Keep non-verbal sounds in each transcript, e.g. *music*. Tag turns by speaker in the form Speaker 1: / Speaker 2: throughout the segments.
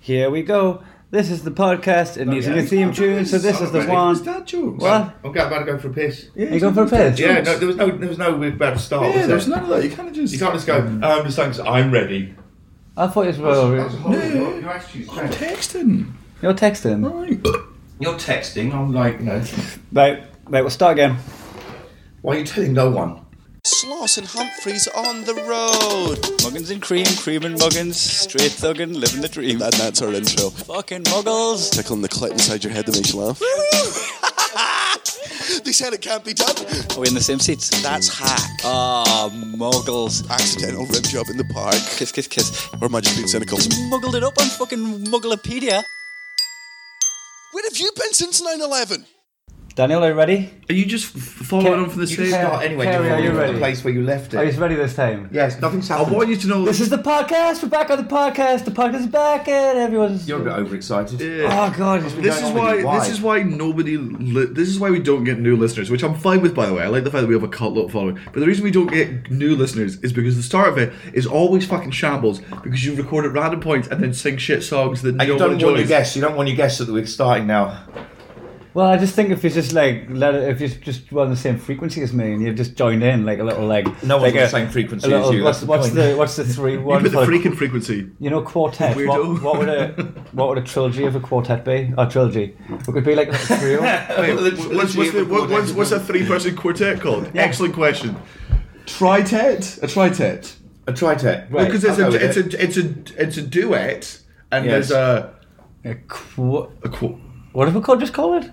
Speaker 1: Here we go. This is the podcast.
Speaker 2: Oh,
Speaker 1: It needs a new theme tune, so this is the
Speaker 2: Is
Speaker 1: one.
Speaker 2: that jokes?
Speaker 1: What?
Speaker 3: I'm going, about to go for a piss.
Speaker 2: Yeah,
Speaker 1: you going for a
Speaker 2: dad
Speaker 1: piss?
Speaker 3: Yeah,
Speaker 2: jokes.
Speaker 3: no, there was no, there was no we're about to start.
Speaker 1: oh,
Speaker 2: yeah,
Speaker 3: was
Speaker 2: there's
Speaker 3: there?
Speaker 2: none of that. You kind of just. Mm.
Speaker 3: You can't just go. Um, the song's I'm ready.
Speaker 1: I thought it was well.
Speaker 3: horrible.
Speaker 2: No.
Speaker 3: Your attitude's
Speaker 2: I'm
Speaker 3: bad.
Speaker 2: texting.
Speaker 1: You're texting.
Speaker 2: Right.
Speaker 3: You're texting. I'm like, you know,
Speaker 1: Right, right. We'll start again.
Speaker 3: why are you telling no one?
Speaker 4: Sloss and Humphreys on the road. Muggins and cream, cream and muggins, straight thuggin', living the dream.
Speaker 5: And that's our intro.
Speaker 4: Fucking muggles.
Speaker 5: Tickling the clit inside your head that makes you laugh. *laughs* they said it can't be done.
Speaker 4: Are we in the same seats?
Speaker 5: That's hack.
Speaker 4: Ah, muggles.
Speaker 5: Accidental rib job in the park.
Speaker 4: Kiss, kiss, kiss.
Speaker 5: Or am I just being cynical?
Speaker 4: Muggled it up on fucking Mugglepedia.
Speaker 5: Where have you been since 9 11?
Speaker 1: Daniel, are you ready?
Speaker 2: Are you just f- following
Speaker 1: Can-
Speaker 2: on from the
Speaker 1: you
Speaker 2: same?
Speaker 1: can-
Speaker 3: Start anyway.
Speaker 1: Terry,
Speaker 3: you're
Speaker 1: are you
Speaker 3: from
Speaker 1: ready?
Speaker 3: The place where you left
Speaker 1: Are
Speaker 3: it.
Speaker 1: you ready this time?
Speaker 3: Yes, nothing's
Speaker 2: I
Speaker 3: happened.
Speaker 2: want you to know.
Speaker 1: This is the podcast. We're back on the podcast. The podcast is back, and everyone's.
Speaker 3: You're a bit overexcited.
Speaker 2: Yeah.
Speaker 1: Oh god, it's been
Speaker 2: This
Speaker 1: going
Speaker 2: is
Speaker 1: on with
Speaker 2: why,
Speaker 1: you.
Speaker 2: This is why nobody. Li- this is why we don't get new listeners, which I'm fine with, by the way. I like the fact that we have a cult lot following, but the reason we don't get new listeners is because the start of it is always fucking shambles because you record at random points and then sing shit songs that no
Speaker 3: And you
Speaker 2: one
Speaker 3: don't want to
Speaker 2: enjoys.
Speaker 3: guess. You don't want to guess that we're starting now.
Speaker 1: Well, I just think if you just like let it, if you just were on the same frequency as me and you just joined in like a little like
Speaker 3: No
Speaker 1: like
Speaker 3: one's on
Speaker 1: a-
Speaker 3: the same frequency
Speaker 1: a little-
Speaker 3: as you,
Speaker 1: What's,
Speaker 3: that's the
Speaker 1: what's
Speaker 3: point.
Speaker 1: the what's the
Speaker 3: *laughs*
Speaker 1: three
Speaker 2: You
Speaker 1: one?
Speaker 2: put the
Speaker 1: for-
Speaker 2: freaking frequency.
Speaker 1: You know quartet. What,
Speaker 2: Weirdo.
Speaker 1: what would a what would a trilogy of a quartet be? A trilogy. It could be like a
Speaker 3: *laughs*
Speaker 1: trio.
Speaker 2: Wait,
Speaker 3: Literally
Speaker 2: what's, what's, the,
Speaker 3: every
Speaker 2: what, what's,
Speaker 3: quartet.
Speaker 2: what's a three-person quartet called? Excellent question. Tritet? A tritet?
Speaker 3: A tritet.
Speaker 1: Right.
Speaker 2: Because it's
Speaker 3: I'll
Speaker 2: a,
Speaker 3: go with
Speaker 2: it's
Speaker 3: it.
Speaker 2: a it's a it's a duet, and
Speaker 3: Yes.
Speaker 2: there's a
Speaker 1: a qu-
Speaker 2: a qu-
Speaker 1: what if we called just call it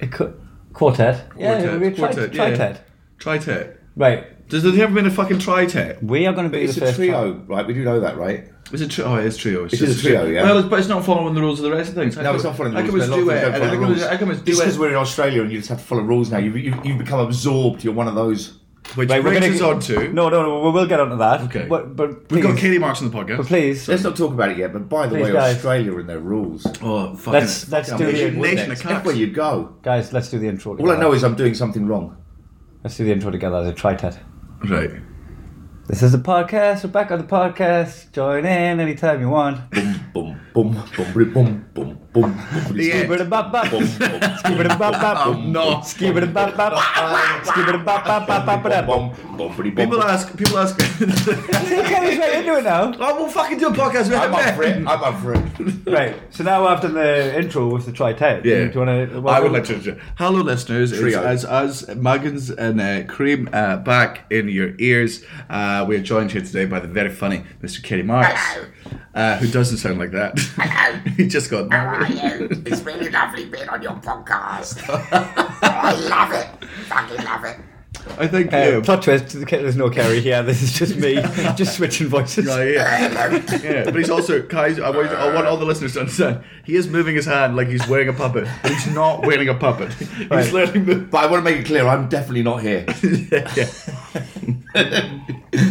Speaker 1: a qu- quartet? Yeah, it would be a tri-
Speaker 2: Quartet, yeah.
Speaker 1: tritet.
Speaker 2: tritet.
Speaker 1: Right.
Speaker 2: There's there's never been a fucking tritet.
Speaker 1: We are going to be
Speaker 3: It's
Speaker 1: the
Speaker 3: a
Speaker 1: first tri-
Speaker 3: trio, right? We do know that, right?
Speaker 2: It's a trio. Oh, it is trio. It's
Speaker 3: It
Speaker 2: just
Speaker 3: is a trio, yeah.
Speaker 2: Well, it's, but it's not following the rules of the rest of things. I
Speaker 3: No,
Speaker 2: come-
Speaker 3: it's not following the
Speaker 2: I
Speaker 3: rules.
Speaker 2: come as
Speaker 3: but a lot of
Speaker 2: duet.
Speaker 3: people
Speaker 2: and
Speaker 3: don't
Speaker 2: I
Speaker 3: follow the
Speaker 2: come as-
Speaker 3: rules.
Speaker 2: I come as
Speaker 3: It's because
Speaker 2: duet.
Speaker 3: we're in Australia and you just have to follow rules now. You, you, you've become absorbed. You're one of those.
Speaker 2: Which
Speaker 1: Right,
Speaker 2: brings
Speaker 1: gonna
Speaker 2: us
Speaker 1: get-
Speaker 2: on to.
Speaker 1: No, no, no. We will get onto that.
Speaker 2: Okay.
Speaker 1: But, but
Speaker 2: We've got
Speaker 1: please-
Speaker 2: Katie Marks on the
Speaker 1: But
Speaker 2: podcast.
Speaker 1: please,
Speaker 3: Let's not talk about it yet, but by the
Speaker 1: Please,
Speaker 3: way,
Speaker 1: guys.
Speaker 3: Australia and their rules.
Speaker 2: Oh, fucking
Speaker 1: let's
Speaker 2: it.
Speaker 1: let's do
Speaker 2: Nation-
Speaker 1: the
Speaker 2: nation
Speaker 3: Next,
Speaker 2: of cocks.
Speaker 3: Everywhere you go.
Speaker 1: guys. Let's do the intro.
Speaker 3: All
Speaker 1: Together.
Speaker 3: I know is I'm doing something wrong.
Speaker 1: Let's do the intro together as a tritet.
Speaker 2: Right.
Speaker 1: This is the podcast. We're back on the podcast. Join in anytime you want.
Speaker 3: Boom, boom, boom, boom, boom, boom, boom.
Speaker 2: Yeah.
Speaker 1: Skibidi bop bop.
Speaker 3: Boom,
Speaker 1: Skibidi bop bop.
Speaker 2: no.
Speaker 1: Skibidi bop bop. Skibidi bop bop bop bop bop.
Speaker 3: boom, boom, boom, boom, boom.
Speaker 2: People ask. People ask. *laughs*
Speaker 1: Okay, he's right into it now.
Speaker 2: I will fucking do a podcast with
Speaker 3: I'm
Speaker 2: him,
Speaker 3: up
Speaker 2: man. *laughs*
Speaker 3: for it. I'm up for it.
Speaker 1: Right. So now after the intro with the tritet.
Speaker 2: Yeah.
Speaker 1: Do you want to?
Speaker 2: I would like to. introduce- Hello, listeners. It's
Speaker 3: Trio.
Speaker 2: as as Muggins and uh, Cream uh, back in your ears. Uh, we are joined here today by the very funny Mr. Kenny Marks, uh, who doesn't sound like that. *laughs* he just got.
Speaker 6: How are you? It's really lovely being on your podcast. Oh, I love it. Fucking love it.
Speaker 2: I think.
Speaker 1: Uh,
Speaker 2: yeah,
Speaker 3: Um,
Speaker 1: plot twist, there's no Kerry here, this is just me, just switching voices.
Speaker 2: no, yeah. yeah, but he's also guys. I want, I want all the listeners to understand. He is moving his hand like he's wearing a puppet, but he's not wearing a puppet. *laughs*
Speaker 1: Right.
Speaker 2: He's literally moving.
Speaker 3: But I want to make it clear I'm definitely
Speaker 2: *laughs*
Speaker 3: not here.
Speaker 2: yeah.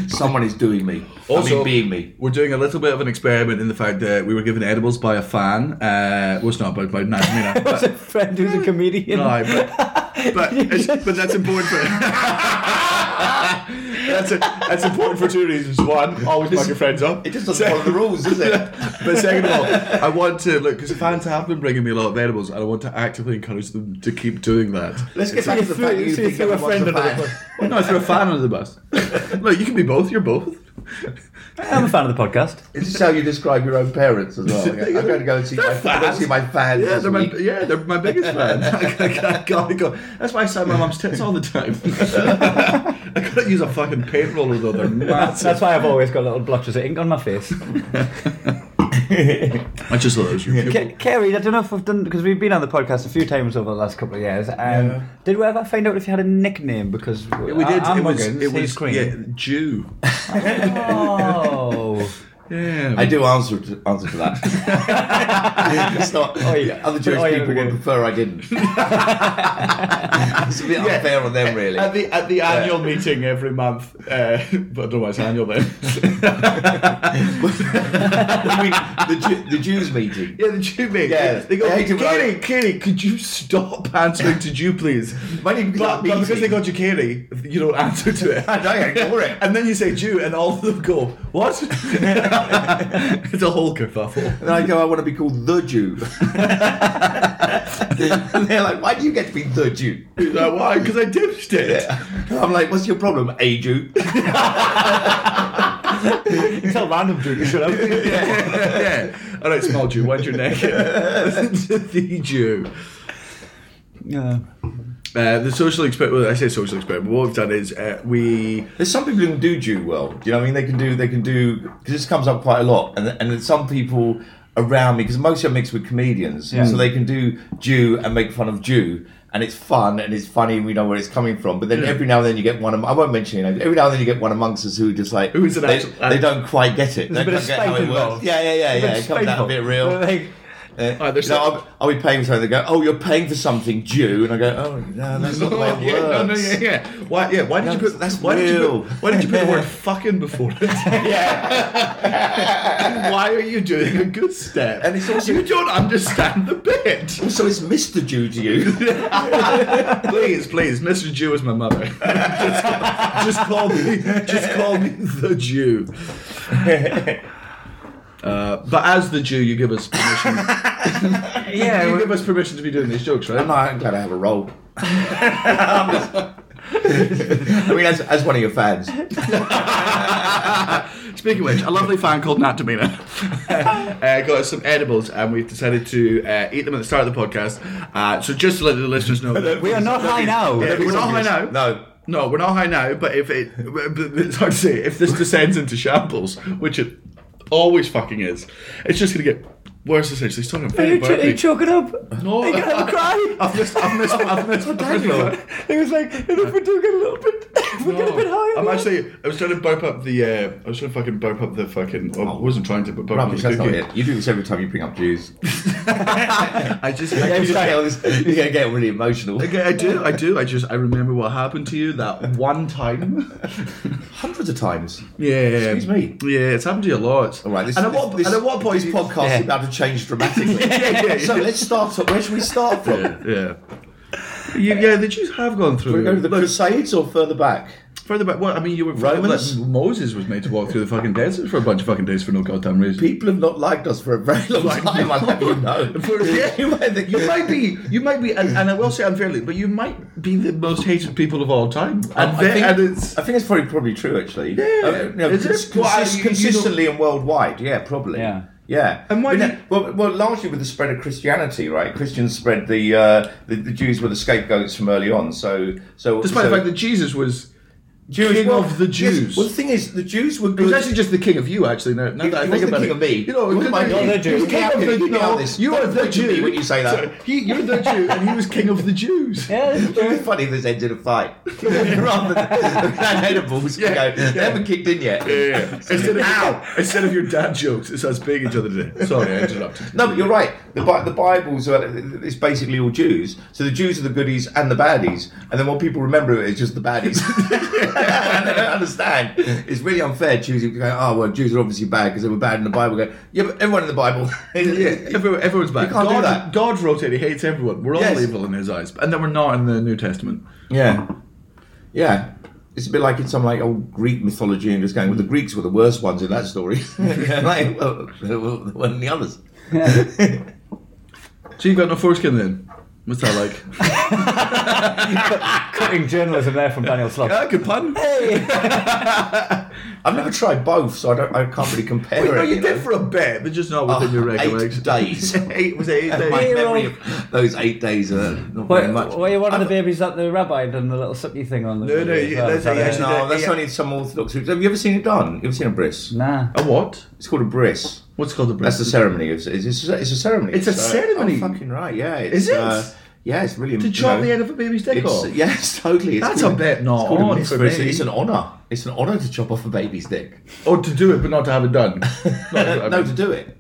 Speaker 3: Someone is doing me. I mean, being me.
Speaker 2: We're doing a little bit of an experiment in the fact that we were given edibles by a fan. Uh, well, it's not by, by Nat Mina.
Speaker 1: What's a friend who's a comedian?
Speaker 2: No,
Speaker 3: *laughs*
Speaker 2: but, but, it's, but that's important for *laughs* that's, a, that's important for two reasons. One, always mug your friends up.
Speaker 3: It just doesn't follow the rules, does it?
Speaker 2: But second of all, I want to look because fans have been bringing me a lot of edibles, and I want to actively encourage them to keep doing that.
Speaker 3: Let's get back to the fact that you
Speaker 1: See,
Speaker 3: think
Speaker 1: throw a
Speaker 3: everyone's
Speaker 1: friend
Speaker 3: a
Speaker 1: under the
Speaker 3: fan.
Speaker 1: bus.
Speaker 2: *laughs* Well, no, I threw a fan under the bus. *laughs* Look, you can be both. You're both.
Speaker 1: I'm a fan of the podcast.
Speaker 3: Is this how you describe your own parents as well? Okay, I'm going to go and see my, I'm going to see my fans.
Speaker 2: Yeah,
Speaker 3: this
Speaker 2: they're my,
Speaker 3: week.
Speaker 2: yeah, they're my biggest fan. I, *laughs* I, I gotta go. That's why I sell my mum's tits all the time. *laughs* I gotta use a fucking paint roller though. They're massive. *laughs*
Speaker 1: That's why I've always got little blotches of ink on my face.
Speaker 2: I just thought it was your
Speaker 1: Ke- Kerry, I don't know if we've done, because we've been on the podcast a few times over the last couple of years, and did we ever find out if you had a nickname? Because
Speaker 2: Yeah, we did.
Speaker 1: I, am
Speaker 2: it was.
Speaker 1: Muggins,
Speaker 2: it
Speaker 1: he's
Speaker 2: was.
Speaker 1: Cream.
Speaker 2: Yeah, Jew.
Speaker 1: Oh.
Speaker 2: *laughs* Yeah.
Speaker 3: I do answer to, answer to that. it's not.
Speaker 1: yeah.
Speaker 3: Other Jewish
Speaker 1: Oh, yeah,
Speaker 3: people
Speaker 1: yeah.
Speaker 3: would prefer I didn't. it's a bit unfair on them, really.
Speaker 2: At the at the annual meeting every month, uh, but I don't know why it's annual then. *laughs*
Speaker 3: I mean, *laughs* the, Ju- the Jews meeting.
Speaker 2: yeah, the Jew meeting.
Speaker 3: Yeah.
Speaker 2: They go,
Speaker 3: I hate it when I-
Speaker 2: Katie, Katie, could you stop *laughs* answering to Jew, please?
Speaker 3: My name is
Speaker 2: But,
Speaker 3: not
Speaker 2: but because *laughs*
Speaker 3: meeting.
Speaker 2: they got you Katie, you don't answer to it.
Speaker 3: I don't ignore it.
Speaker 2: And then you say Jew, and all of them go, What? it's a whole kerfuffle.
Speaker 3: And I go, I want to be called the Jew. *laughs* and they're like, why do you get to be the Jew?
Speaker 2: He's like, why? Because I ditched it.
Speaker 3: And I'm like, what's your problem, a Jew?
Speaker 1: You tell random dude to shut up.
Speaker 2: *laughs* yeah. I don't smell Jew. Why'd your neck? *laughs* the Jew.
Speaker 1: Yeah.
Speaker 2: Uh, the social experiment. Well, I say social experiment. What we've done is uh, we.
Speaker 3: There's some people who can do Jew well. Do you know what I mean? They can do, they can do, because this comes up quite a lot. And, and there's some people around me, because most of them mixed with comedians, so they can do Jew and make fun of Jew. And it's fun and it's funny, and we know where it's coming from. But then every now and then you get one, am- I won't mention your names, every now and then you get one amongst us who just like,
Speaker 2: Who's an
Speaker 3: they,
Speaker 2: actual-
Speaker 3: they don't quite get it.
Speaker 1: There's a
Speaker 3: They
Speaker 1: bit of
Speaker 3: don't get how
Speaker 1: spite
Speaker 3: it works.
Speaker 1: involved.
Speaker 3: Yeah, yeah, yeah, yeah. It comes out a bit real.
Speaker 1: Like,
Speaker 3: Uh,
Speaker 2: Right, there's
Speaker 3: you know,
Speaker 2: some-
Speaker 3: I'll, I'll be paying for something. They go, "Oh, you're paying for something due," and I go, "Oh, no, that's not the way it
Speaker 2: *laughs* yeah, no, no,
Speaker 3: works."
Speaker 2: yeah, yeah. Why? Yeah. Why did
Speaker 3: No,
Speaker 2: you put?
Speaker 3: that's
Speaker 2: why did you
Speaker 3: real.
Speaker 2: put, Why did you put the
Speaker 3: *laughs*
Speaker 2: word "fucking" before it? *laughs* why are you doing a good step?
Speaker 3: And it's also-
Speaker 2: you don't understand the bit.
Speaker 3: *laughs* So it's Mr. Jew to *laughs* you.
Speaker 2: please, please, Mr. Jew is my
Speaker 3: *laughs*
Speaker 2: mother. just, just call me, just call me the Jew.
Speaker 3: *laughs*
Speaker 2: Uh, but as the Jew, you give us permission.
Speaker 1: yeah.
Speaker 2: you
Speaker 1: well-
Speaker 2: give us permission to be doing these jokes, right?
Speaker 3: I'm, not, I'm glad I have a *laughs* role. I mean, as, as one of your fans,
Speaker 2: *laughs* Speaking of which, a lovely fan called Nat
Speaker 3: *laughs*
Speaker 2: Domina uh, got us some edibles, and we've decided to uh, eat them at the start of the podcast. Uh, so just to let the listeners know, that
Speaker 1: We are not high now.
Speaker 2: Yeah, we're not high now.
Speaker 3: no,
Speaker 2: No, we're not high now, but if it, but it's hard to say, if this descends into shambles, which it always fucking is, it's just gonna get worse essentially. He's talking about
Speaker 1: Are you, ch- are you
Speaker 2: Berkeley.
Speaker 1: choking up?
Speaker 2: No,
Speaker 1: Are you going to have a
Speaker 2: *laughs*
Speaker 1: cry?
Speaker 2: I've missed,
Speaker 1: *laughs*
Speaker 2: I've missed, I've missed, I've missed.
Speaker 1: It was like, and if we do get a little bit, *laughs* if we get a bit higher.
Speaker 2: I'm actually, I was trying to burp up the, uh, I was trying to fucking burp up the fucking, I wasn't trying to, but burp
Speaker 3: rubbish.
Speaker 2: up
Speaker 3: That's
Speaker 2: the
Speaker 3: not
Speaker 2: cookie.
Speaker 3: it. You do this every time you bring up Jews.
Speaker 2: *laughs* I just,
Speaker 3: *laughs* You're
Speaker 2: I,
Speaker 3: gonna
Speaker 2: just
Speaker 3: get all this- you're gonna get really emotional.
Speaker 2: Okay, I do, I do, I just, I remember what happened to you that one *laughs* time.
Speaker 3: Hundreds of times.
Speaker 2: Yeah,
Speaker 3: Excuse me.
Speaker 2: Yeah, it's happened to you a lot.
Speaker 3: All right. This,
Speaker 2: and at
Speaker 3: this,
Speaker 2: what,
Speaker 3: this,
Speaker 2: and at what point
Speaker 3: this podcast
Speaker 1: Yeah.
Speaker 3: is about to change dramatically.
Speaker 2: *laughs* yeah, yeah.
Speaker 3: So let's start. Where should we start from?
Speaker 2: yeah. You, yeah, the Jews have gone through.
Speaker 3: We go to the Crusades or further back?
Speaker 2: further back. Well, I mean, you were
Speaker 3: Romans?
Speaker 2: like, Moses was made to walk through the fucking desert for a bunch of fucking days for no goddamn reason.
Speaker 3: People have not liked us for a very long time. I let you know.
Speaker 2: *laughs* For-
Speaker 3: *laughs*
Speaker 2: yeah, you might, think- you might be, you might be, and, and I will say unfairly, but you might be the most hated people of all time. And,
Speaker 3: Um, I
Speaker 2: they-
Speaker 3: think,
Speaker 2: and it's
Speaker 3: I think it's probably probably true actually.
Speaker 2: Yeah.
Speaker 3: Uh, you know,
Speaker 2: Is it?
Speaker 3: cons-
Speaker 2: Well, I-
Speaker 3: consis-
Speaker 2: you- you
Speaker 3: consistently and worldwide. Yeah, probably.
Speaker 1: Yeah.
Speaker 3: Yeah.
Speaker 2: And why
Speaker 3: But
Speaker 2: do
Speaker 3: no- well, well, largely with the spread of Christianity, right? Christians spread the uh, the, the Jews were the scapegoats from early on. So so
Speaker 2: despite
Speaker 3: so
Speaker 2: the fact that Jesus was,
Speaker 3: Jews
Speaker 2: king
Speaker 3: were-
Speaker 2: of the
Speaker 3: yes,
Speaker 2: Jews.
Speaker 3: well, the thing is, the Jews were
Speaker 2: he
Speaker 3: good.
Speaker 2: was actually just the king of you. Actually, now, now
Speaker 3: He-
Speaker 2: that I
Speaker 3: he
Speaker 2: think
Speaker 3: wasn't the
Speaker 2: about
Speaker 3: king
Speaker 2: it,
Speaker 3: of me.
Speaker 2: you know,
Speaker 3: He wasn't my
Speaker 2: you-
Speaker 3: king.
Speaker 1: You're the Jew.
Speaker 2: you
Speaker 3: Get out
Speaker 2: king of
Speaker 3: here,
Speaker 2: the-
Speaker 3: get out
Speaker 2: no,
Speaker 3: this.
Speaker 2: You are
Speaker 3: Don't
Speaker 2: the
Speaker 3: look at me
Speaker 2: Jew
Speaker 3: when you say that.
Speaker 2: Sorry, he, you're the Jew, and he was king of the Jews.
Speaker 1: Yeah, that's
Speaker 3: It would
Speaker 1: true.
Speaker 3: be funny if this ended a fight. *laughs* Rather than, *laughs* than edibles, we
Speaker 2: Yeah,
Speaker 3: go, they haven't kicked in yet. *laughs*
Speaker 2: Yeah. *laughs* Instead of instead of your dad jokes, it's us being each other today. Sorry, I interrupted.
Speaker 3: No, but you're right. The, Bi- the Bible's uh, it's basically all Jews. So the Jews are the goodies and the baddies, and then what people remember is just
Speaker 2: *laughs*
Speaker 3: the baddies. *laughs* I don't understand. It's really unfair choosing. Going, oh well, Jews are obviously bad because they were bad in the Bible. Go, yeah, but everyone in the Bible. *laughs*
Speaker 2: Yeah, everyone, everyone's back.
Speaker 3: You can't do
Speaker 2: God,
Speaker 3: that.
Speaker 2: God wrote it. He hates everyone. We're all
Speaker 3: Yes.
Speaker 2: evil in his eyes, and then we're not in the New Testament.
Speaker 3: yeah, yeah. It's a bit like in some like old Greek mythology, and just going, well, the Greeks were the worst ones in that story. *laughs*
Speaker 2: *laughs*
Speaker 3: like, well, there were- there weren't any others.
Speaker 2: *laughs* So you've got no foreskin then? What's that like?
Speaker 3: *laughs*
Speaker 1: Cutting journalism there from Daniel Slot.
Speaker 2: ah, good pun.
Speaker 3: I've never tried both, so I don't. I can't really compare
Speaker 2: No,
Speaker 3: it.
Speaker 2: you
Speaker 3: you
Speaker 2: did
Speaker 3: know.
Speaker 2: for a bit, but just not within your regular
Speaker 3: Oh, eight
Speaker 2: *laughs*
Speaker 3: days.
Speaker 2: eight was it eight
Speaker 3: And *laughs* my
Speaker 2: days?
Speaker 3: memory of those eight days are not very much.
Speaker 1: Were, were you one of the babies that the rabbi done the little sucky thing on? The
Speaker 2: No, no,
Speaker 1: video as
Speaker 2: you-
Speaker 1: well?
Speaker 2: that's
Speaker 1: Is that
Speaker 2: how you
Speaker 1: it?
Speaker 2: actually-
Speaker 3: no, that's only some Orthodox. Have you ever seen it done? You ever seen a bris?
Speaker 1: Nah.
Speaker 2: A what?
Speaker 3: It's called a bris.
Speaker 2: What's it called the
Speaker 3: That's the ceremony. It's, it's, it's, a- it's a ceremony.
Speaker 2: It's a
Speaker 3: uh,
Speaker 2: ceremony?
Speaker 3: oh, fucking right. Yeah. It's,
Speaker 2: Is it?
Speaker 3: Uh, yeah, it's really.
Speaker 2: to
Speaker 3: you
Speaker 2: chop
Speaker 3: know,
Speaker 2: the end of a baby's dick
Speaker 3: *laughs* it's,
Speaker 2: off.
Speaker 3: Yes, totally. It's
Speaker 2: That's
Speaker 3: called
Speaker 2: a bit
Speaker 3: it's
Speaker 2: not
Speaker 3: called a
Speaker 2: on
Speaker 3: mitzvah.
Speaker 2: for
Speaker 3: It's,
Speaker 2: me.
Speaker 3: it's an honor. It's an honor to chop off a baby's dick.
Speaker 2: Or to do it, but not to have it done. *laughs* no,
Speaker 3: No, to do it.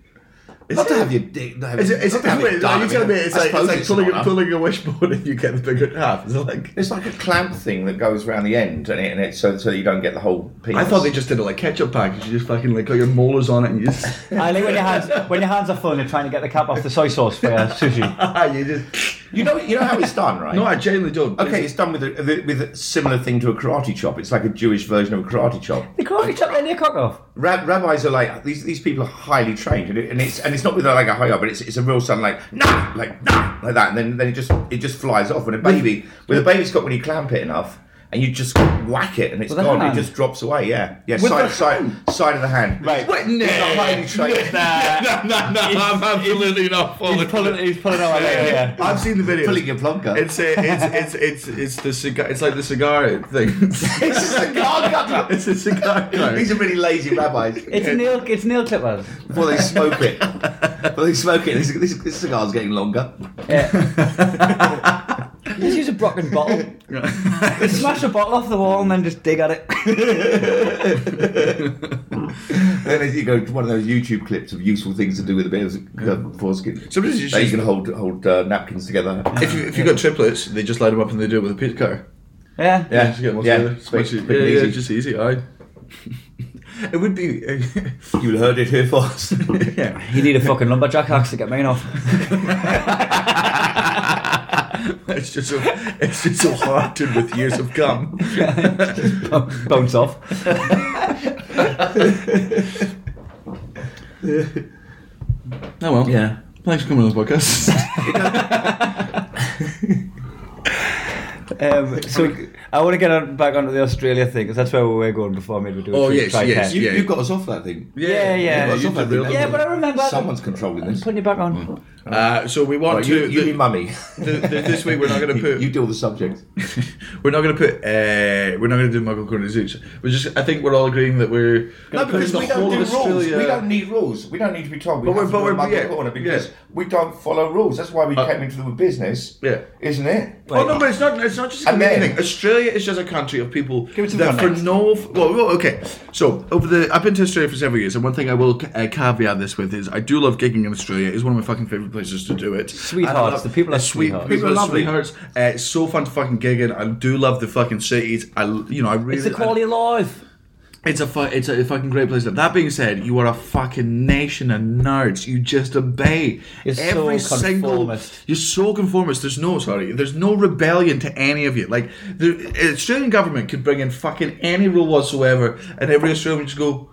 Speaker 3: not to
Speaker 2: it?
Speaker 3: have your dick. No,
Speaker 2: Is it? Is it?
Speaker 3: not to have
Speaker 2: Wait,
Speaker 3: done.
Speaker 2: are you
Speaker 3: I mean,
Speaker 2: telling me it's
Speaker 3: I
Speaker 2: like, it's
Speaker 3: suppose
Speaker 2: like
Speaker 3: it's an
Speaker 2: pulling,
Speaker 3: honor.
Speaker 2: pulling a wishbone and you get the bigger half? Is it like?
Speaker 3: It's like a clamp thing that goes around the end, and it, and it so so you don't get the whole piece.
Speaker 2: I thought they just did it like ketchup package. You just fucking like got your molars on it and you just *laughs* *laughs*
Speaker 1: I like when your hands when your hands are full and you're trying to get the cap off the soy sauce for your sushi.
Speaker 2: ah, you just
Speaker 3: You know, you know how it's done, right?
Speaker 2: No, I genuinely don't.
Speaker 3: *laughs* Okay, it's done with a, with a similar thing to a karate chop. It's like a Jewish version of a karate chop.
Speaker 1: They call it chop their neck off.
Speaker 3: Rab- rabbis are like these. These people are highly trained, and, it, and it's and it's not with like a high but it's, it's a real son like nah, like nah, like that, and then then it just it just flies off. When a baby, with a baby's got when you clamp it enough, and you just whack it, and it's
Speaker 1: With the
Speaker 3: gone. It
Speaker 1: hand?
Speaker 3: just drops away. Yeah, yeah. side, side, side of the hand. Right.
Speaker 2: Wait, no,
Speaker 3: It's a highly
Speaker 2: *laughs*
Speaker 3: trained.
Speaker 2: no, no, no, I'm absolutely not
Speaker 1: He's
Speaker 2: following.
Speaker 1: pulling, he's pulling away. Yeah, yeah.
Speaker 2: I've seen the video.
Speaker 3: Pulling your plonker.
Speaker 2: It's a, it's it's it's it's the cigar. It's like the cigar thing.
Speaker 3: It's a cigar cutter.
Speaker 2: it's a cigar.
Speaker 3: These are really lazy rabbis.
Speaker 1: It's Neil. It's Neil Clippers.
Speaker 3: Before they smoke it, before they smoke it, this, this, this cigar's
Speaker 2: *laughs*
Speaker 3: getting longer.
Speaker 1: Yeah. *laughs* Just use a broken bottle. Just smash a bottle off the wall and then just dig at it. *laughs*
Speaker 3: Then as you go to one of those YouTube clips of useful things to do with a bit of uh, foreskin.
Speaker 2: *laughs* Sometimes you
Speaker 3: Now you
Speaker 2: just-
Speaker 3: can hold hold uh, napkins together. *laughs*
Speaker 2: If you if you got triplets, they just line them up and they do it with a pit cutter.
Speaker 1: Yeah.
Speaker 3: Yeah,
Speaker 2: just get them all
Speaker 3: yeah,
Speaker 2: together. It's
Speaker 3: quick-
Speaker 2: much e-
Speaker 3: quick and
Speaker 2: yeah, yeah,
Speaker 3: easy.
Speaker 2: just easy.
Speaker 3: *laughs*
Speaker 2: I. It would be.
Speaker 3: uh, you heard it here first.
Speaker 2: *laughs* yeah.
Speaker 1: You need a fucking lumberjack axe to get mine off.
Speaker 2: *laughs* *laughs* It's just so it's just so hardened with years of
Speaker 1: *laughs*
Speaker 3: *laughs*
Speaker 2: gum.
Speaker 1: Bounce
Speaker 2: *laughs*
Speaker 1: off.
Speaker 2: Oh well.
Speaker 3: yeah.
Speaker 2: Thanks for coming on the
Speaker 3: *laughs*
Speaker 2: podcast.
Speaker 1: Um, so I want to get on, back onto the Australia thing because that's where we were going before I made we do a
Speaker 2: Oh,
Speaker 1: tri-
Speaker 2: yes, yes,
Speaker 1: tri-care.
Speaker 3: You,
Speaker 2: Yeah.
Speaker 3: You've got us off that thing.
Speaker 1: Yeah, yeah.
Speaker 2: you
Speaker 3: You've got
Speaker 2: did the real
Speaker 1: Yeah,
Speaker 2: one.
Speaker 1: but I remember
Speaker 3: Someone's controlling
Speaker 1: I'm
Speaker 3: this.
Speaker 1: putting you back on.
Speaker 2: Uh, so we want
Speaker 3: Right,
Speaker 2: to.
Speaker 3: you, you
Speaker 2: the-
Speaker 3: be mummy.
Speaker 2: the, the, this week we're not going to
Speaker 3: *laughs* You,
Speaker 2: put.
Speaker 3: you deal with the subject.
Speaker 2: we're not going to put. Uh, we're not going to do Muggle Corner Zoos. We're just. I think we're all agreeing that we're.
Speaker 3: No, because
Speaker 2: the
Speaker 3: we don't
Speaker 2: whole
Speaker 3: do
Speaker 2: of
Speaker 3: rules.
Speaker 2: Australia-
Speaker 3: We don't need rules. We don't need to be told. We
Speaker 2: But
Speaker 3: have
Speaker 2: we're-
Speaker 3: to
Speaker 2: but
Speaker 3: do
Speaker 2: we're-
Speaker 3: a muggle
Speaker 2: yeah,
Speaker 3: corner because
Speaker 2: yeah.
Speaker 3: we don't follow rules. That's why we
Speaker 2: Uh,
Speaker 3: came into the business.
Speaker 2: yeah.
Speaker 3: isn't it?
Speaker 2: Oh no, but it's not. It's not just
Speaker 3: And then-
Speaker 2: anything. Australia is just a country of people
Speaker 1: Give it some
Speaker 2: that for
Speaker 1: context.
Speaker 2: no. Well, well, okay. So over the, I've been to Australia for several years, and one thing I will uh, caveat this with is I do love gigging in Australia. It's one of my fucking favorite places to do it.
Speaker 1: Sweethearts.
Speaker 2: I love-
Speaker 1: The people are
Speaker 2: uh,
Speaker 1: sweethearts.
Speaker 2: People are
Speaker 3: People are lovely.
Speaker 2: sweethearts. Uh, it's so fun to fucking gig in. I do love the fucking cities. I, you know, I really.
Speaker 1: It's the quality of life.
Speaker 2: It's a fu- it's a fucking great place. That being said, you are a fucking nation of nerds. You just obey
Speaker 1: You're so
Speaker 2: every single.
Speaker 1: conformist.
Speaker 2: You're so conformist. There's no sorry. There's no rebellion to any of you. Like the uh, Australian government could bring in fucking any rule whatsoever, and every Australian would just go.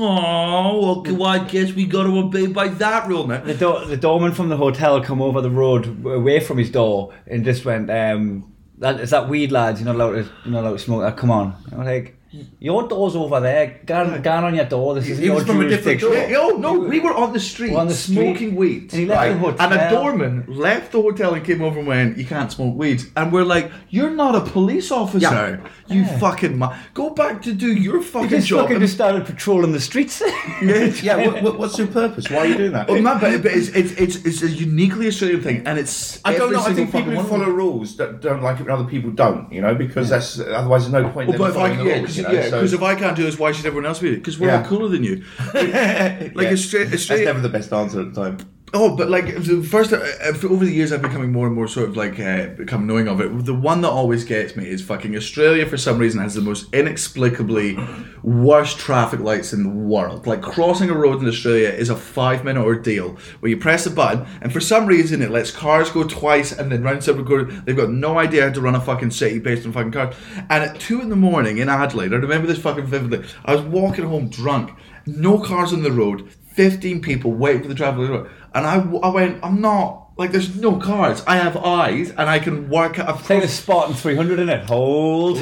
Speaker 2: No, okay. Well, I guess we got to obey by that rule now.
Speaker 1: The, door the doorman from the hotel come over the road away from his door and just went, um, that, "Is that weed, lads? You're not allowed to, you're not allowed to smoke that. Come on." And I'm like, "Your door's over there. Get on, get on your door. This is
Speaker 3: He
Speaker 1: your
Speaker 3: was from a different
Speaker 1: jurisdiction."
Speaker 3: door.
Speaker 2: No, no, we were on the street,
Speaker 1: We're on the street.
Speaker 2: smoking weed.
Speaker 1: And he left the hotel.
Speaker 2: And a doorman left the hotel and came over and went, You can't smoke weed. And we're like, You're not a police officer. You fucking ma- Go back to do your fucking
Speaker 1: Just
Speaker 2: job.
Speaker 1: fucking
Speaker 2: and-
Speaker 1: just started patrolling the streets. *laughs*
Speaker 3: Yeah. What,
Speaker 2: *laughs*
Speaker 3: what, what's your purpose? Why are you doing that?
Speaker 2: Oh, man, but but it's, it's, it's, it's a uniquely Australian thing. And it's.
Speaker 3: I don't
Speaker 2: every
Speaker 3: know. I
Speaker 2: single
Speaker 3: think people
Speaker 2: fucking
Speaker 3: who
Speaker 2: one of
Speaker 3: follow
Speaker 2: them.
Speaker 3: rules don't, don't like it when other people don't, you know, because that's otherwise there's no point in
Speaker 2: Well, but
Speaker 3: them
Speaker 2: if I,
Speaker 3: following
Speaker 2: yeah,
Speaker 3: the rules.
Speaker 2: because
Speaker 3: you know, so-
Speaker 2: if I can't do this, why should everyone else be it? Because we're all
Speaker 3: Yeah.
Speaker 2: cooler than
Speaker 3: *laughs*
Speaker 2: you. like
Speaker 3: Yeah.
Speaker 2: Australia,
Speaker 3: that's
Speaker 2: Australia,
Speaker 3: never the best answer at the time.
Speaker 2: Oh, but like the first uh, uh, over the years, I've becoming more and more sort of like uh, become knowing of it. The one that always gets me is fucking Australia. For some reason, has the most inexplicably worst traffic lights in the world. Like crossing a road in Australia is a five minute ordeal where you press a button, and for some reason, it lets cars go twice and then round circle go. They've got no idea how to run a fucking city based on fucking cars. And at two in the morning in Adelaide, I remember this fucking vividly. I was walking home drunk, no cars on the road. 15 people waiting for the traffic light. And I, I went, I'm not, like, there's no cars. I have eyes and I can work at a
Speaker 1: Take the Spartan 300 in it. Hold.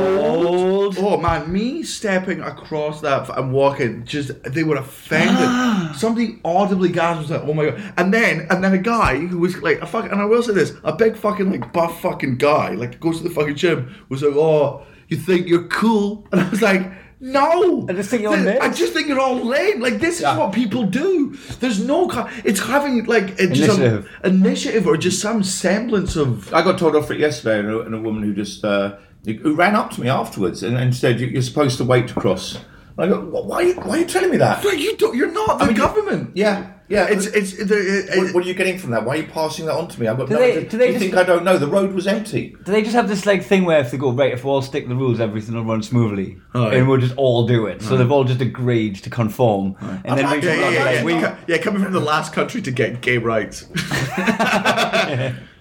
Speaker 2: Hold. Oh man, me stepping across that f- and walking, just they were offended. Somebody audibly gasped, was like, "Oh my god!" And then, and then a guy who was like a fuck, and I will say this, a big fucking like buff fucking guy, like goes to the fucking gym, was like, "Oh, you think you're cool?" *laughs* And I was like. No,
Speaker 1: I just think you're
Speaker 2: Th- I
Speaker 1: nerds."
Speaker 2: just think you're all lame. Like this is what people do. There's no, co- it's having like a, just
Speaker 1: Initiative.
Speaker 2: a, initiative or just some semblance of
Speaker 3: I got told off for it yesterday, and a, and a woman who just uh, who ran up to me afterwards and, and said, "You- "You're supposed to wait to cross." And I go, "Why? Why are you telling me that?"
Speaker 2: But you don't. You're not the
Speaker 3: mean,
Speaker 2: government.
Speaker 3: Yeah. Yeah,
Speaker 2: It's it's it, it,
Speaker 3: What, what are you getting from that? Why are you passing that on to me? I've got
Speaker 1: Do
Speaker 3: no
Speaker 1: they-
Speaker 3: idea.
Speaker 1: do they
Speaker 3: you
Speaker 1: just-
Speaker 3: think I don't know? The road was empty.
Speaker 1: Do they just have this like thing where if they go right, if we all stick to the rules, everything will run smoothly,
Speaker 2: Oh,
Speaker 1: and we'll just all do it? So they've all just agreed to conform, and then we
Speaker 2: yeah, yeah,
Speaker 1: just
Speaker 2: yeah,
Speaker 1: like,
Speaker 2: yeah,
Speaker 1: we,
Speaker 2: yeah, yeah, coming from the last country to get gay rights.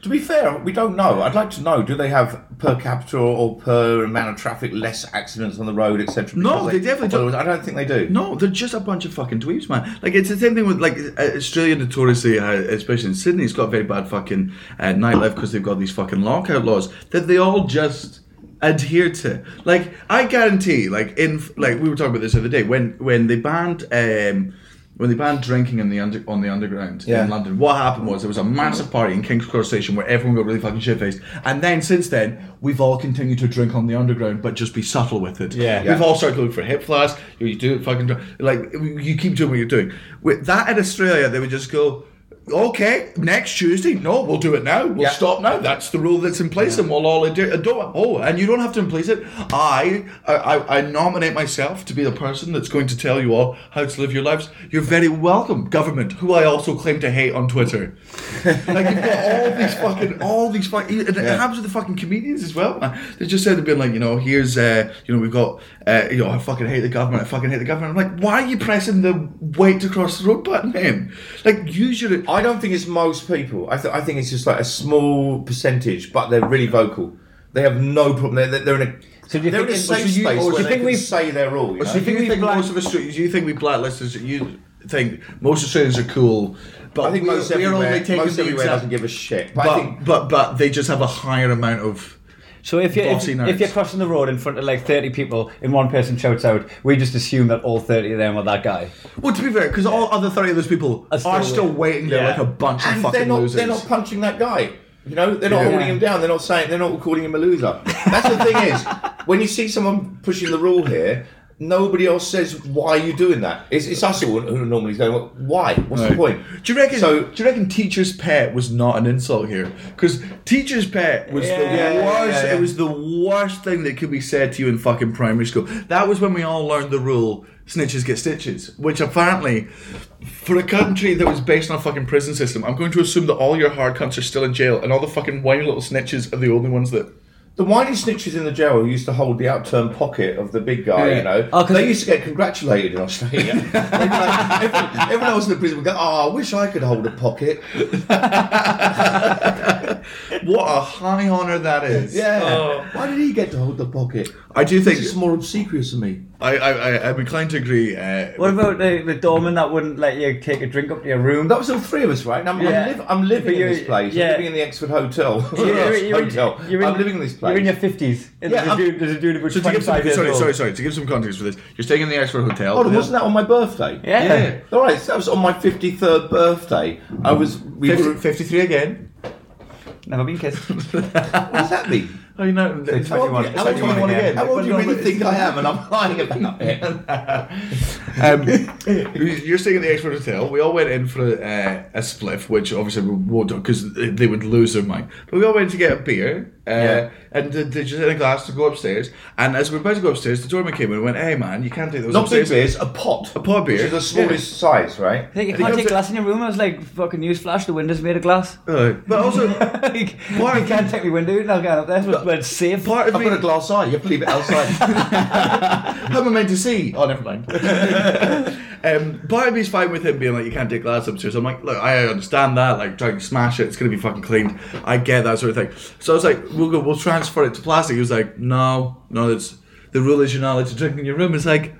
Speaker 3: To be fair, we don't know. I'd like to know. Do they have per capita or per amount of traffic less accidents on the road, etc.?
Speaker 2: No,
Speaker 3: Because
Speaker 2: they definitely don't.
Speaker 3: I don't think they do.
Speaker 2: No, they're just a bunch of fucking dweebs, man. Like it's the same thing with like uh, Australia notoriously, uh, especially in Sydney, it's got very bad fucking uh, nightlife because they've got these fucking lockout laws that they all just adhere to. Like I guarantee, like in like we were talking about this the other day when when they banned. Um, when they banned drinking in the under, on the underground
Speaker 3: Yeah.
Speaker 2: in London, what happened was there was a massive party in King's Cross Station where everyone got really fucking shit faced. And then since then, we've all continued to drink on the underground, but just be subtle with it.
Speaker 1: Yeah.
Speaker 2: We've
Speaker 1: Yeah.
Speaker 2: all started looking for hip flasks. You, you do it fucking like you keep doing what you're doing. With that in Australia, they would just go, "Okay, next Tuesday, no, we'll do it now. We'll
Speaker 3: Yeah.
Speaker 2: stop now. That's the rule that's in place, and we'll all do it." Oh, and you don't have to emplace it. I, I, I nominate myself to be the person that's going to tell you all how to live your lives. You're very welcome, government, who I also claim to hate on Twitter. like you've got all these fucking, all these fucking, and it happens with the fucking comedians as well. Man. They just said they've been like, you know, here's, uh, you know, we've got, uh, you know, I fucking hate the government. I fucking hate the government. I'm like, why are you pressing the wait to cross the road button, man? Like, use your.
Speaker 3: I don't think it's most people. I, th- I think it's just like a small percentage, but they're really vocal. They have no problem. They're, they're- they're in a
Speaker 1: So do you
Speaker 3: they're
Speaker 1: think-
Speaker 3: in a
Speaker 1: so
Speaker 3: safe
Speaker 1: do you-
Speaker 3: space
Speaker 1: or do
Speaker 3: where
Speaker 1: you
Speaker 3: they
Speaker 1: think
Speaker 3: can
Speaker 1: we've-
Speaker 3: say their all. You know?
Speaker 2: So you
Speaker 1: think
Speaker 2: think,
Speaker 1: we black-
Speaker 2: most of Australians? You think we blacklisters? You think most Australians are cool? But
Speaker 3: I think
Speaker 2: we're,
Speaker 3: most
Speaker 2: we're
Speaker 3: everywhere,
Speaker 2: only taking
Speaker 3: most
Speaker 2: the
Speaker 3: everywhere
Speaker 2: exact-
Speaker 3: doesn't give a shit. But,
Speaker 2: But,
Speaker 3: I think
Speaker 2: but but they just have a higher amount of.
Speaker 1: So if you're if,
Speaker 2: Bossy nerds.
Speaker 1: if you're crossing the road in front of like thirty people, and one person shouts out, we just assume that all thirty of them are that guy.
Speaker 2: Well, to be fair, because all other thirty of those people are still,
Speaker 1: still waiting.
Speaker 2: waiting there
Speaker 1: Yeah.
Speaker 2: like a bunch of
Speaker 3: and
Speaker 2: fucking
Speaker 3: they're not
Speaker 2: losers.
Speaker 3: they're not punching that guy. You know, they're not
Speaker 2: Yeah.
Speaker 3: holding him down. They're not saying they're not calling him a loser. That's the thing is, when you see someone pushing the rule here, nobody else says why are you doing that. It's, it's us all who normally go, "Well, why? What's the
Speaker 2: Right.
Speaker 3: point?
Speaker 2: Do you reckon?
Speaker 3: So-
Speaker 2: do you reckon teacher's pet was not an insult here? Because teacher's pet was the
Speaker 1: Yeah, yeah,
Speaker 2: worst.
Speaker 3: yeah, yeah.
Speaker 2: It was the worst thing that could be said to you in fucking primary school. That was when we all learned the rule: snitches get stitches. Which apparently, for a country that was based on a fucking prison system, I'm going to assume that all your hard cunts are still in jail, and all the fucking whiny little snitches are the only ones that.
Speaker 3: The whiny snitches in the jail who used to hold the outturned pocket of the big guy, you know,
Speaker 1: Oh, 'cause
Speaker 3: they
Speaker 1: it-
Speaker 3: used to get congratulated
Speaker 2: *laughs*
Speaker 3: in Australia. They'd be like, everyone, everyone else in the prison would go, "Oh, I wish I could hold a pocket."
Speaker 2: What a high honor that is.
Speaker 3: Yeah.
Speaker 2: oh.
Speaker 3: Why did he get to hold the pocket?
Speaker 2: I do think
Speaker 3: It's more obsequious than me.
Speaker 2: I, I, I I'm inclined to agree. Uh,
Speaker 1: What about the, the doorman that wouldn't let you take a drink up to your room?
Speaker 3: That was all three of us, right? And I'm,
Speaker 1: Yeah.
Speaker 3: I'm, liv- I'm living
Speaker 1: But
Speaker 3: in
Speaker 1: you're-
Speaker 3: this place.
Speaker 1: yeah.
Speaker 3: I'm living in the Exford
Speaker 1: *laughs*
Speaker 3: Hotel. *laughs* Hotel. I'm living in this place.
Speaker 1: You're in your fifties. And
Speaker 3: Yeah,
Speaker 1: there's, a
Speaker 3: I'm-
Speaker 1: dude, there's a dude about
Speaker 2: So to give some,
Speaker 1: 25 years
Speaker 2: sorry,
Speaker 1: old.
Speaker 2: sorry, sorry, to give some context for this, you're staying in the Oxford Hotel.
Speaker 3: Hold on, wasn't that on my birthday?
Speaker 1: Yeah.
Speaker 2: Yeah.
Speaker 3: All right, so that was on my 53rd birthday. I was. We were,
Speaker 2: 50, 53 again.
Speaker 1: Never been
Speaker 2: *laughs*
Speaker 1: kissed. Um,
Speaker 3: what does
Speaker 1: *laughs*
Speaker 3: that mean?
Speaker 2: Oh, you know, it's
Speaker 1: 21.
Speaker 2: How old do you want again?
Speaker 3: How old do you really think I am? And I'm lying
Speaker 1: *laughs*
Speaker 3: about it. Um,
Speaker 2: You're staying at the Oxford Hotel. We all went in for a, uh, a spliff, which obviously we won't do because they would lose their mind. But we all went to get a beer uh,
Speaker 3: Yeah.
Speaker 2: and they they just in a glass to go upstairs. And as we were about to go upstairs, the doorman came in and went, "Hey, man, you can't take those
Speaker 3: not big
Speaker 2: upstairs."
Speaker 3: beers, a pot.
Speaker 2: A pot beer.
Speaker 3: Which is the smallest size, right?
Speaker 1: I think you
Speaker 2: They
Speaker 1: can't
Speaker 2: don't
Speaker 1: take
Speaker 2: do-
Speaker 1: glass in your room. I was like, fucking newsflash, the window's made of glass.
Speaker 2: Uh,
Speaker 1: *laughs*
Speaker 2: but also,
Speaker 1: like,
Speaker 2: Why?
Speaker 1: you can't take my window out, I'll get up there. But, but it's safe.
Speaker 2: part of
Speaker 3: I've
Speaker 2: me,
Speaker 3: got a glass eye. You have to leave
Speaker 1: *laughs*
Speaker 3: it outside.
Speaker 2: How *laughs* am I meant to see? Oh, never mind. *laughs* um, part of me's fine with him being like, you can't take glass upstairs. I'm like, look, I understand that. Like, trying to smash it, it's going to be fucking cleaned. I get that sort of thing. So I was like, we'll go, we'll transfer it to plastic. He was like, no, no, that's the rule is you're not allowed to drink in your room. It's like,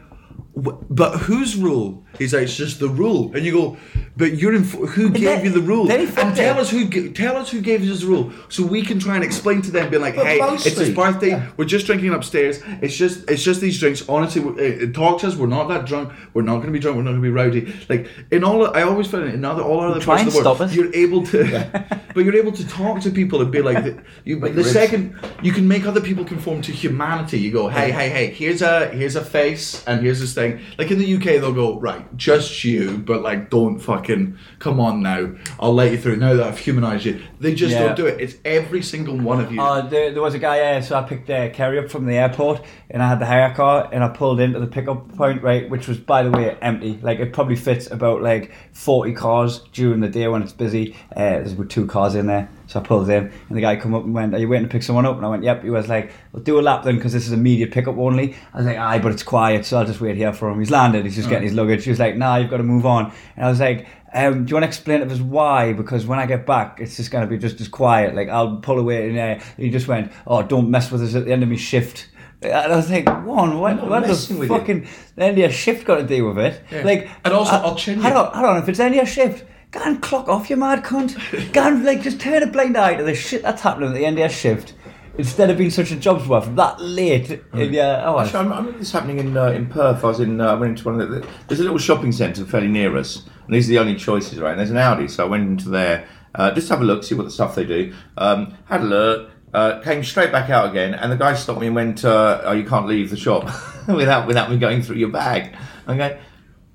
Speaker 2: wh- but whose rule? He's like, it's just the rule. And you go, but you're in. Who gave
Speaker 1: they-
Speaker 2: you the rule?
Speaker 1: they
Speaker 2: And
Speaker 1: fucked
Speaker 2: tell
Speaker 1: it.
Speaker 2: us who g- tell us who gave us the rule, so we can try and explain to them, being like,
Speaker 3: But
Speaker 2: hey, it's his
Speaker 3: mostly-
Speaker 2: birthday. We're just drinking upstairs. It's just it's just these drinks. Honestly, eh, we- it, it talks to us. We're not that drunk. We're not going to be drunk. We're not going to be rowdy. Like in all, I always find it in other all other
Speaker 1: Try
Speaker 2: parts of
Speaker 1: and
Speaker 2: the world,
Speaker 1: stop us.
Speaker 2: you're able to, but *laughs* But you're able to talk to people and be like, the, you,
Speaker 3: Like
Speaker 2: the
Speaker 3: ribs.
Speaker 2: second you can make other people conform to humanity. You go, hey, hey, hey, here's a here's a face and here's this thing. Like in the UK, they'll go, right, just you, but like, don't fucking come on now. I'll let you through. Now that I've humanized you, they just
Speaker 1: Yeah.
Speaker 2: don't do it. It's every single one of you.
Speaker 1: Uh, there, there was a guy, uh, so I picked uh, Kerry up from the airport, and I had the hire car, and I pulled into the pickup point, right, which was, by the way, empty. Like, it probably fits about, like, 40 cars during the day when it's busy. Uh, there's about two cars in there, so I pulled in, and the guy come up and went, are you waiting to pick someone up? And I went, yep. He was like, well, do a lap then, because this is immediate pickup only. I was like, aye, but it's quiet, so I'll just wait here for him. He's landed, he's just getting his luggage. He was like, nah, you've got to move on. And I was like, um, do you want to explain to us why? Because when I get back, it's just going to be just as quiet. Like, I'll pull away and uh, he just went, oh, don't mess with us at the end of my shift. And I was like, one, what, what the
Speaker 3: messing with you."
Speaker 1: fucking the end of your shift got to do with it? Like,
Speaker 2: And also,
Speaker 1: I-
Speaker 2: I'll chin
Speaker 1: Hold
Speaker 2: you.
Speaker 1: on, hold on, if it's the end of your shift, go and clock off, you mad cunt. Go and, like, just turn a blind eye to the shit that's happening at the end of your shift. Instead of being such a job's worth that late, in your oh, hours. *laughs*
Speaker 3: Actually, I remember this happening in uh, in Perth. I was in. Uh, I went into one of the. There's a little shopping centre fairly near us, and these are the only choices, right? And there's an Audi, so I went into there uh, just to have a look, see what the stuff they do. Um, had a look, uh, came straight back out again, and the guy stopped me and went, uh, "Oh, you can't leave the shop *laughs* without without me going through your bag." I'm going,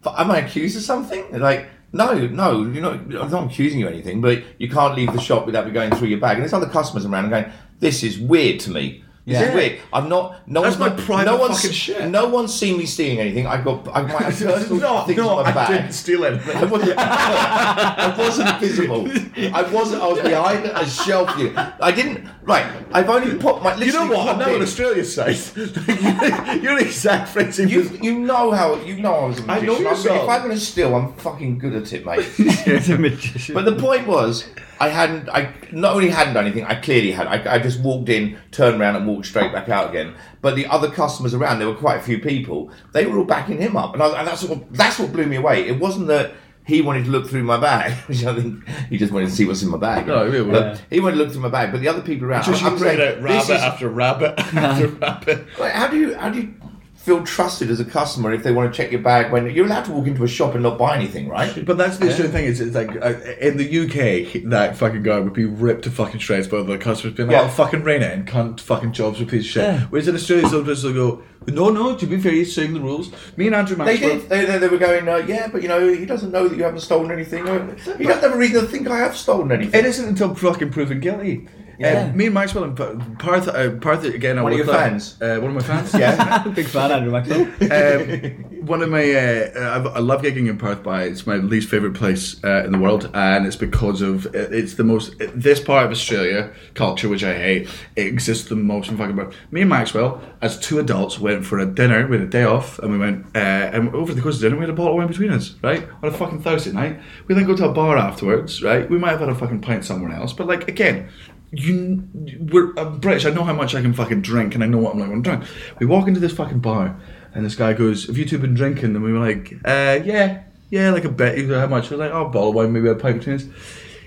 Speaker 3: "But am I accused of something?" They're like. No, no, you're not, I'm not accusing you of anything, but you can't leave the shop without me going through your bag. And there's other customers around and going, this is weird to me. This
Speaker 1: Yeah.
Speaker 3: is weird. I'm not, no
Speaker 2: That's
Speaker 3: one's
Speaker 2: my
Speaker 3: not-
Speaker 2: private
Speaker 3: no one's,
Speaker 2: fucking shit.
Speaker 3: No one's seen me stealing anything. I got. I
Speaker 2: *laughs*
Speaker 3: might have personal
Speaker 2: no,
Speaker 3: things
Speaker 2: no,
Speaker 3: in my
Speaker 2: I
Speaker 3: bag. *laughs*
Speaker 2: didn't steal *laughs* it.
Speaker 3: I wasn't, *laughs* I wasn't visible. I wasn't. I was behind a shelf. You. I didn't. Right. I've only put my.
Speaker 2: You know
Speaker 3: literally
Speaker 2: what? I'm
Speaker 3: put
Speaker 2: now
Speaker 3: in.
Speaker 2: on Australia's side. *laughs* you're the exact phrasing.
Speaker 3: You, you know how you know I was a
Speaker 2: I
Speaker 3: magician.
Speaker 2: know
Speaker 3: I'm-
Speaker 2: yourself.
Speaker 3: If I'm going to steal, I'm fucking good at it, mate.
Speaker 2: *laughs*
Speaker 1: It's a magician.
Speaker 3: But the point was, I hadn't. I not only hadn't done anything. I clearly had. I, I just walked in, turned around, and walked straight back out again. But the other customers around, there were quite a few people. They were all backing him up, and, I, and that's what that's what blew me away. It wasn't that he wanted to look through my bag, *laughs* which I think he just wanted to see what's in my bag.
Speaker 2: No, it was-
Speaker 3: But he wanted to look through my bag, but the other people around.
Speaker 2: Just
Speaker 3: I'm-
Speaker 2: you
Speaker 3: I'm
Speaker 2: bring
Speaker 3: saying,
Speaker 2: out
Speaker 3: this
Speaker 2: rabbit
Speaker 3: is-
Speaker 2: after rabbit *laughs* after rabbit.
Speaker 3: like, how do you how do you feel trusted as a customer if they want to check your bag when you're allowed to walk into a shop and not buy anything, right?
Speaker 2: But that's the interesting thing is, it's like uh, in the UK, that fucking guy would be ripped to fucking shreds by the customers being like,
Speaker 3: Yeah.
Speaker 2: "Oh, fucking rein it in, cunt, fucking jobs a piece of shit." Whereas in Australia, sometimes they'll go, "No, no, to be fair, he's saying the rules." Me and Andrew
Speaker 3: They
Speaker 2: Maxwell.
Speaker 3: did. They, they, they were going, uh, yeah, but you know, he doesn't know that you haven't stolen anything. Or, he doesn't have a reason to think I have stolen anything.
Speaker 2: It isn't until fucking proven guilty.
Speaker 3: Yeah.
Speaker 2: Uh, me and Maxwell and Pa- Partha, uh, Partha again. I
Speaker 3: One of
Speaker 2: work
Speaker 3: your
Speaker 2: with-
Speaker 3: fans?
Speaker 2: Uh, one of my fans. *laughs*
Speaker 3: yeah.
Speaker 1: Big fan, Andrew Maxwell.
Speaker 2: um, *laughs* one of my, uh, uh, I I love gigging in Perth by. It's my least favorite place uh, in the world, and it's because of uh, it's the most this part of Australia culture, which I hate. It exists the most in fucking Perth. Me and Maxwell, as two adults, went for a dinner. We had a day off, and we went uh, and over the course of dinner, we had a bottle of wine between us, right, on a fucking Thursday night. We then go to a bar afterwards, right. We might have had a fucking pint somewhere else, but like again, you, we're I'm British. I know how much I can fucking drink, and I know what I'm like when I'm drunk. We walk into this fucking bar, and this guy goes, "Have you two been drinking?" And we were like, uh, "Yeah, yeah, like a bit." He was like, "How much?" I was like, "Oh, a bottle of wine, maybe a pint between us."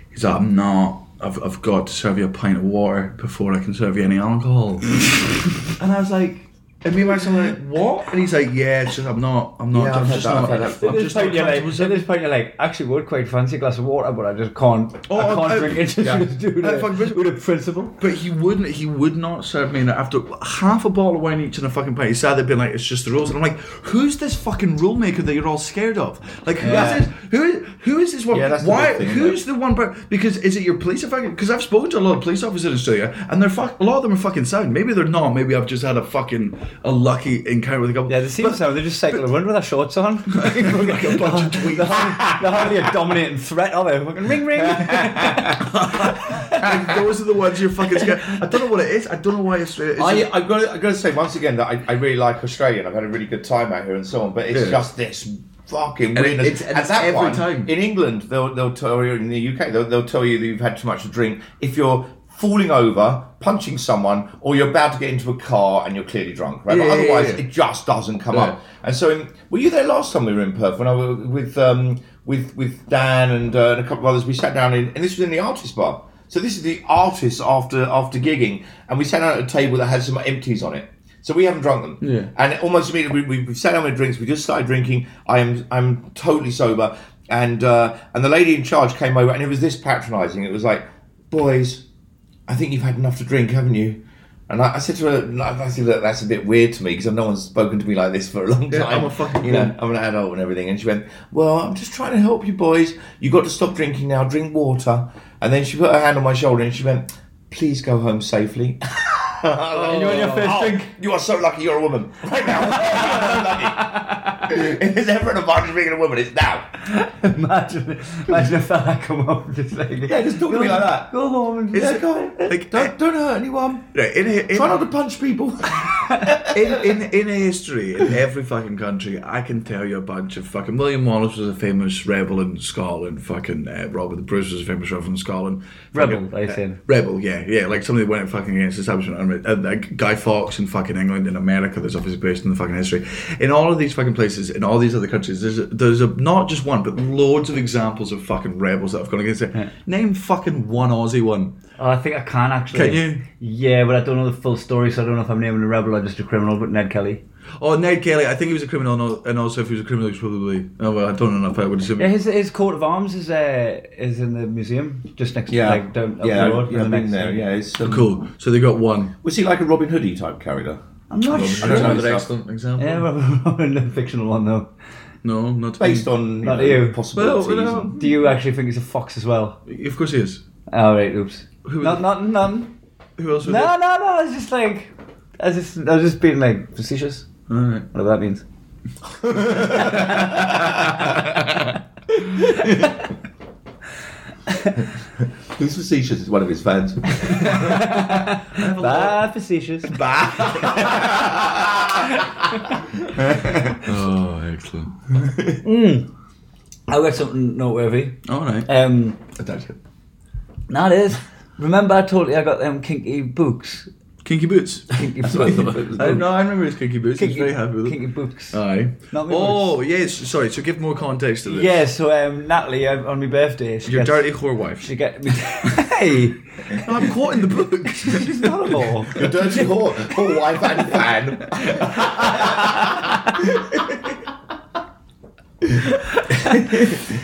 Speaker 2: He's like, "I'm not. I've, I've got to serve you a pint of water before I can serve you any alcohol." and I was like. *laughs* And me and Max are like, what? And he's like, yeah, it's just, I'm not, I'm not,
Speaker 3: Yeah, I've
Speaker 2: I'm
Speaker 3: had
Speaker 2: just
Speaker 3: that, I've
Speaker 2: not,
Speaker 3: had that.
Speaker 2: I'm
Speaker 1: At this,
Speaker 2: just not
Speaker 1: point, you're like,
Speaker 2: comfortable
Speaker 1: at this point, you're like, actually, would quite fancy a glass of water, but I just can't.
Speaker 2: Oh,
Speaker 1: I can't
Speaker 2: I-
Speaker 3: *laughs*
Speaker 1: drink it *laughs* just
Speaker 2: yeah.
Speaker 1: due
Speaker 2: I fucking
Speaker 1: to,
Speaker 2: wish-
Speaker 1: due to principle.
Speaker 2: But he wouldn't. He would not serve me. And after half a bottle of wine each and a fucking pint, he sat there being like, "It's just the rules." And I'm like, "Who's this fucking rule maker that you're all scared of? Like, who is
Speaker 1: Yeah.
Speaker 2: this? Who is who is this one?
Speaker 3: Yeah, that's the
Speaker 2: Why?
Speaker 3: big thing,
Speaker 2: who's the one? Per- because is it your police? If because I've spoken to a lot of police officers in Australia, and they're fuck. A lot of them are fucking sound. Maybe they're not. Maybe I've just had a fucking a lucky encounter with a couple.
Speaker 1: Yeah, they seem
Speaker 2: But-
Speaker 1: so. They just cycle around with their shorts
Speaker 2: *laughs*
Speaker 1: on. *laughs*
Speaker 2: a bunch of tweets.
Speaker 1: They're hardly, they're hardly a dominating threat, are they? Fucking ring, ring. *laughs*
Speaker 2: *laughs* and *laughs* those are the ones you're fucking scared. I don't know what it is. I don't know why Australia. It's
Speaker 3: I,
Speaker 2: just-
Speaker 3: I've, got to, I've got to say once again that I, I really like Australia and I've had a really good time out here and so on, but it's
Speaker 2: Yeah.
Speaker 3: just this fucking
Speaker 2: it-
Speaker 3: weirdness.
Speaker 2: it's- and
Speaker 3: At
Speaker 2: it's
Speaker 3: that
Speaker 2: every
Speaker 3: point,
Speaker 2: time.
Speaker 3: In England, they'll, they'll tell you, in the UK, they'll, they'll tell you that you've had too much to drink. If you're falling over, punching someone, or you're about to get into a car and you're clearly drunk, right?
Speaker 2: Yeah,
Speaker 3: but
Speaker 2: yeah, yeah,
Speaker 3: otherwise,
Speaker 2: yeah.
Speaker 3: it just doesn't come
Speaker 2: Yeah.
Speaker 3: up. And so, in, were you there last time we were in Perth when I was with um, with with Dan and, uh, and a couple of others? We sat down in, and this was in the artist bar. So this is the artist after after gigging, and we sat down at a table that had some empties on it. So we haven't drunk them.
Speaker 2: Yeah.
Speaker 3: And almost immediately we, we, we sat down with drinks. We just started drinking. I am I'm totally sober, and uh, and the lady in charge came over, and it was this patronising. It was like, boys, I think you've had enough to drink, haven't you? And I, I said to her, like, I said, look, that's a bit weird to me because no one's spoken to me like this for a long time.
Speaker 2: Yeah, I'm a fucking
Speaker 3: you know,
Speaker 2: cunt."
Speaker 3: I'm an adult and everything. And she went, well, I'm just trying to help you boys. You got to stop drinking now. Drink water. And then she put her hand on my shoulder and she went, please go home safely. *laughs*
Speaker 1: And you're on your first
Speaker 3: Oh,
Speaker 1: drink.
Speaker 3: You are so lucky you're a woman. Right now. *laughs* You're so lucky. *laughs* If there's ever an advantage being a woman, it's now.
Speaker 1: Imagine, imagine a fella come up *laughs* and just like
Speaker 3: Yeah, just talk to me like that.
Speaker 1: Go home and
Speaker 2: It's-
Speaker 1: just
Speaker 3: Yeah, go on.
Speaker 2: Like,
Speaker 3: don't, don't
Speaker 2: uh,
Speaker 3: hurt anyone.
Speaker 2: No, in, in,
Speaker 3: Try not to punch people.
Speaker 2: *laughs* in, in, in history, in every fucking country, I can tell you a bunch of fucking. William Wallace was a famous rebel in Scotland. Fucking uh, Robert the Bruce was a famous rebel in Scotland.
Speaker 1: Rebel,
Speaker 2: Fucking- uh,
Speaker 1: I said.
Speaker 2: Rebel, yeah, yeah. Like somebody went fucking against the establishment. And, uh, like Guy Fawkes in fucking England and America, that's obviously based on the fucking history. In all of these fucking places, in all these other countries, there's a, there's a, not just one, but loads of examples of fucking rebels that have gone against it. Name fucking one Aussie one.
Speaker 1: Oh, I think I can actually.
Speaker 2: Can you?
Speaker 1: Yeah, but I don't know the full story, so I don't know if I'm naming a rebel or just a criminal. But Ned Kelly.
Speaker 2: Oh, Ned Kelly. I think he was a criminal, and al- and also if he was a criminal, he was probably. Oh well, I don't know if I would assume.
Speaker 1: Yeah, his, his coat of arms is uh, is in the museum, just next to like down up
Speaker 3: yeah,
Speaker 1: the road. from
Speaker 3: yeah,
Speaker 1: the
Speaker 3: I've been
Speaker 1: next-
Speaker 3: there. Yeah, it's um,
Speaker 2: Cool. So they got one.
Speaker 3: Was he like a Robin Hoodie type character?
Speaker 1: I'm not
Speaker 3: I
Speaker 1: sure.
Speaker 3: don't know
Speaker 2: Another
Speaker 3: the
Speaker 2: excellent example.
Speaker 1: *laughs* Yeah, well, *laughs* the fictional one though.
Speaker 2: No, not
Speaker 3: Based on you
Speaker 1: Not
Speaker 3: know, um,
Speaker 1: you.
Speaker 3: possibilities.
Speaker 2: Well, well,
Speaker 3: and-
Speaker 1: Do you actually think it's a fox as well?
Speaker 2: Of course he is.
Speaker 1: All right, oops.
Speaker 2: Who-
Speaker 1: not, not, none.
Speaker 2: Who else? would
Speaker 1: No, no, no. It's just like I was just I was just being like facetious,
Speaker 2: All right.
Speaker 1: whatever that
Speaker 2: *laughs*
Speaker 1: means.
Speaker 3: Who's facetious is one of his *laughs* fans.
Speaker 1: Bad facetious.
Speaker 2: Oh, excellent.
Speaker 1: Hmm. I got something noteworthy.
Speaker 2: All right.
Speaker 1: Um,
Speaker 2: Attention.
Speaker 1: now it is. Remember, I told you I got them kinky books.
Speaker 2: Kinky boots.
Speaker 1: Kinky
Speaker 2: That's what I *laughs* thought.
Speaker 1: boots.
Speaker 2: I, no, I remember his kinky boots.
Speaker 1: Kinky,
Speaker 2: he was very happy with them.
Speaker 1: kinky books.
Speaker 2: Aye.
Speaker 1: Not me
Speaker 2: Oh yes. Sorry. So give more context to this.
Speaker 1: Yeah, so um, Natalie um, on my birthday, she
Speaker 2: Your
Speaker 1: gets,
Speaker 2: dirty whore
Speaker 1: *laughs*
Speaker 2: wife.
Speaker 1: She get me. hey, *laughs*
Speaker 2: No, I'm caught in the book. *laughs*
Speaker 1: she's not a whore.
Speaker 3: Your dirty whore, whore wife and fan.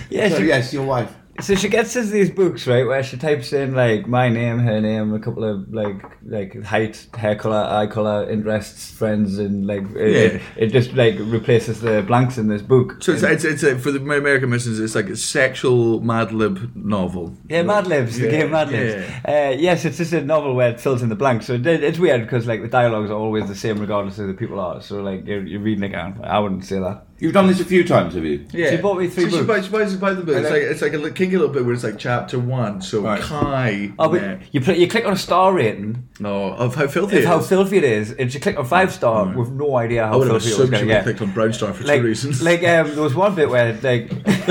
Speaker 1: Yeah,
Speaker 3: So
Speaker 1: she,
Speaker 3: yes, your wife.
Speaker 1: so she gets us these books right where she types in like my name, her name, a couple of like like height, hair color, eye color, interests, friends, and like it,
Speaker 2: Yeah.
Speaker 1: it, it just like replaces the blanks in this book.
Speaker 2: So it's,
Speaker 1: And-
Speaker 2: it's, it's a, for the American missions, it's like a sexual Mad Lib novel.
Speaker 1: Yeah, Mad Libs, the
Speaker 2: Yeah,
Speaker 1: game Mad Libs. Uh, yes, it's just a novel where it fills in the blanks. So it, it's weird because like the dialogues are always the same regardless of who the people are. So like you're, you're reading it going, I wouldn't say that.
Speaker 3: You've done this a few times, have you?
Speaker 2: Yeah.
Speaker 1: She bought me three
Speaker 2: So She
Speaker 1: books.
Speaker 2: buys, she buys, buys the book. It's like, it's like a li- kinky little bit where it's like chapter one. So
Speaker 3: Right.
Speaker 2: Kai.
Speaker 1: Oh, but
Speaker 2: Yeah.
Speaker 1: you pl- you click on a star rating
Speaker 2: No, of how filthy
Speaker 1: of
Speaker 2: it
Speaker 1: how
Speaker 2: is.
Speaker 1: filthy it is, and she clicked on five star with no idea
Speaker 2: I
Speaker 1: how
Speaker 2: would have
Speaker 1: filthy it was
Speaker 2: assumed
Speaker 1: going to
Speaker 2: she would have
Speaker 1: get.
Speaker 2: clicked on Brown Star for
Speaker 1: like,
Speaker 2: two reasons. *laughs*
Speaker 1: like um, there was one bit where like *laughs*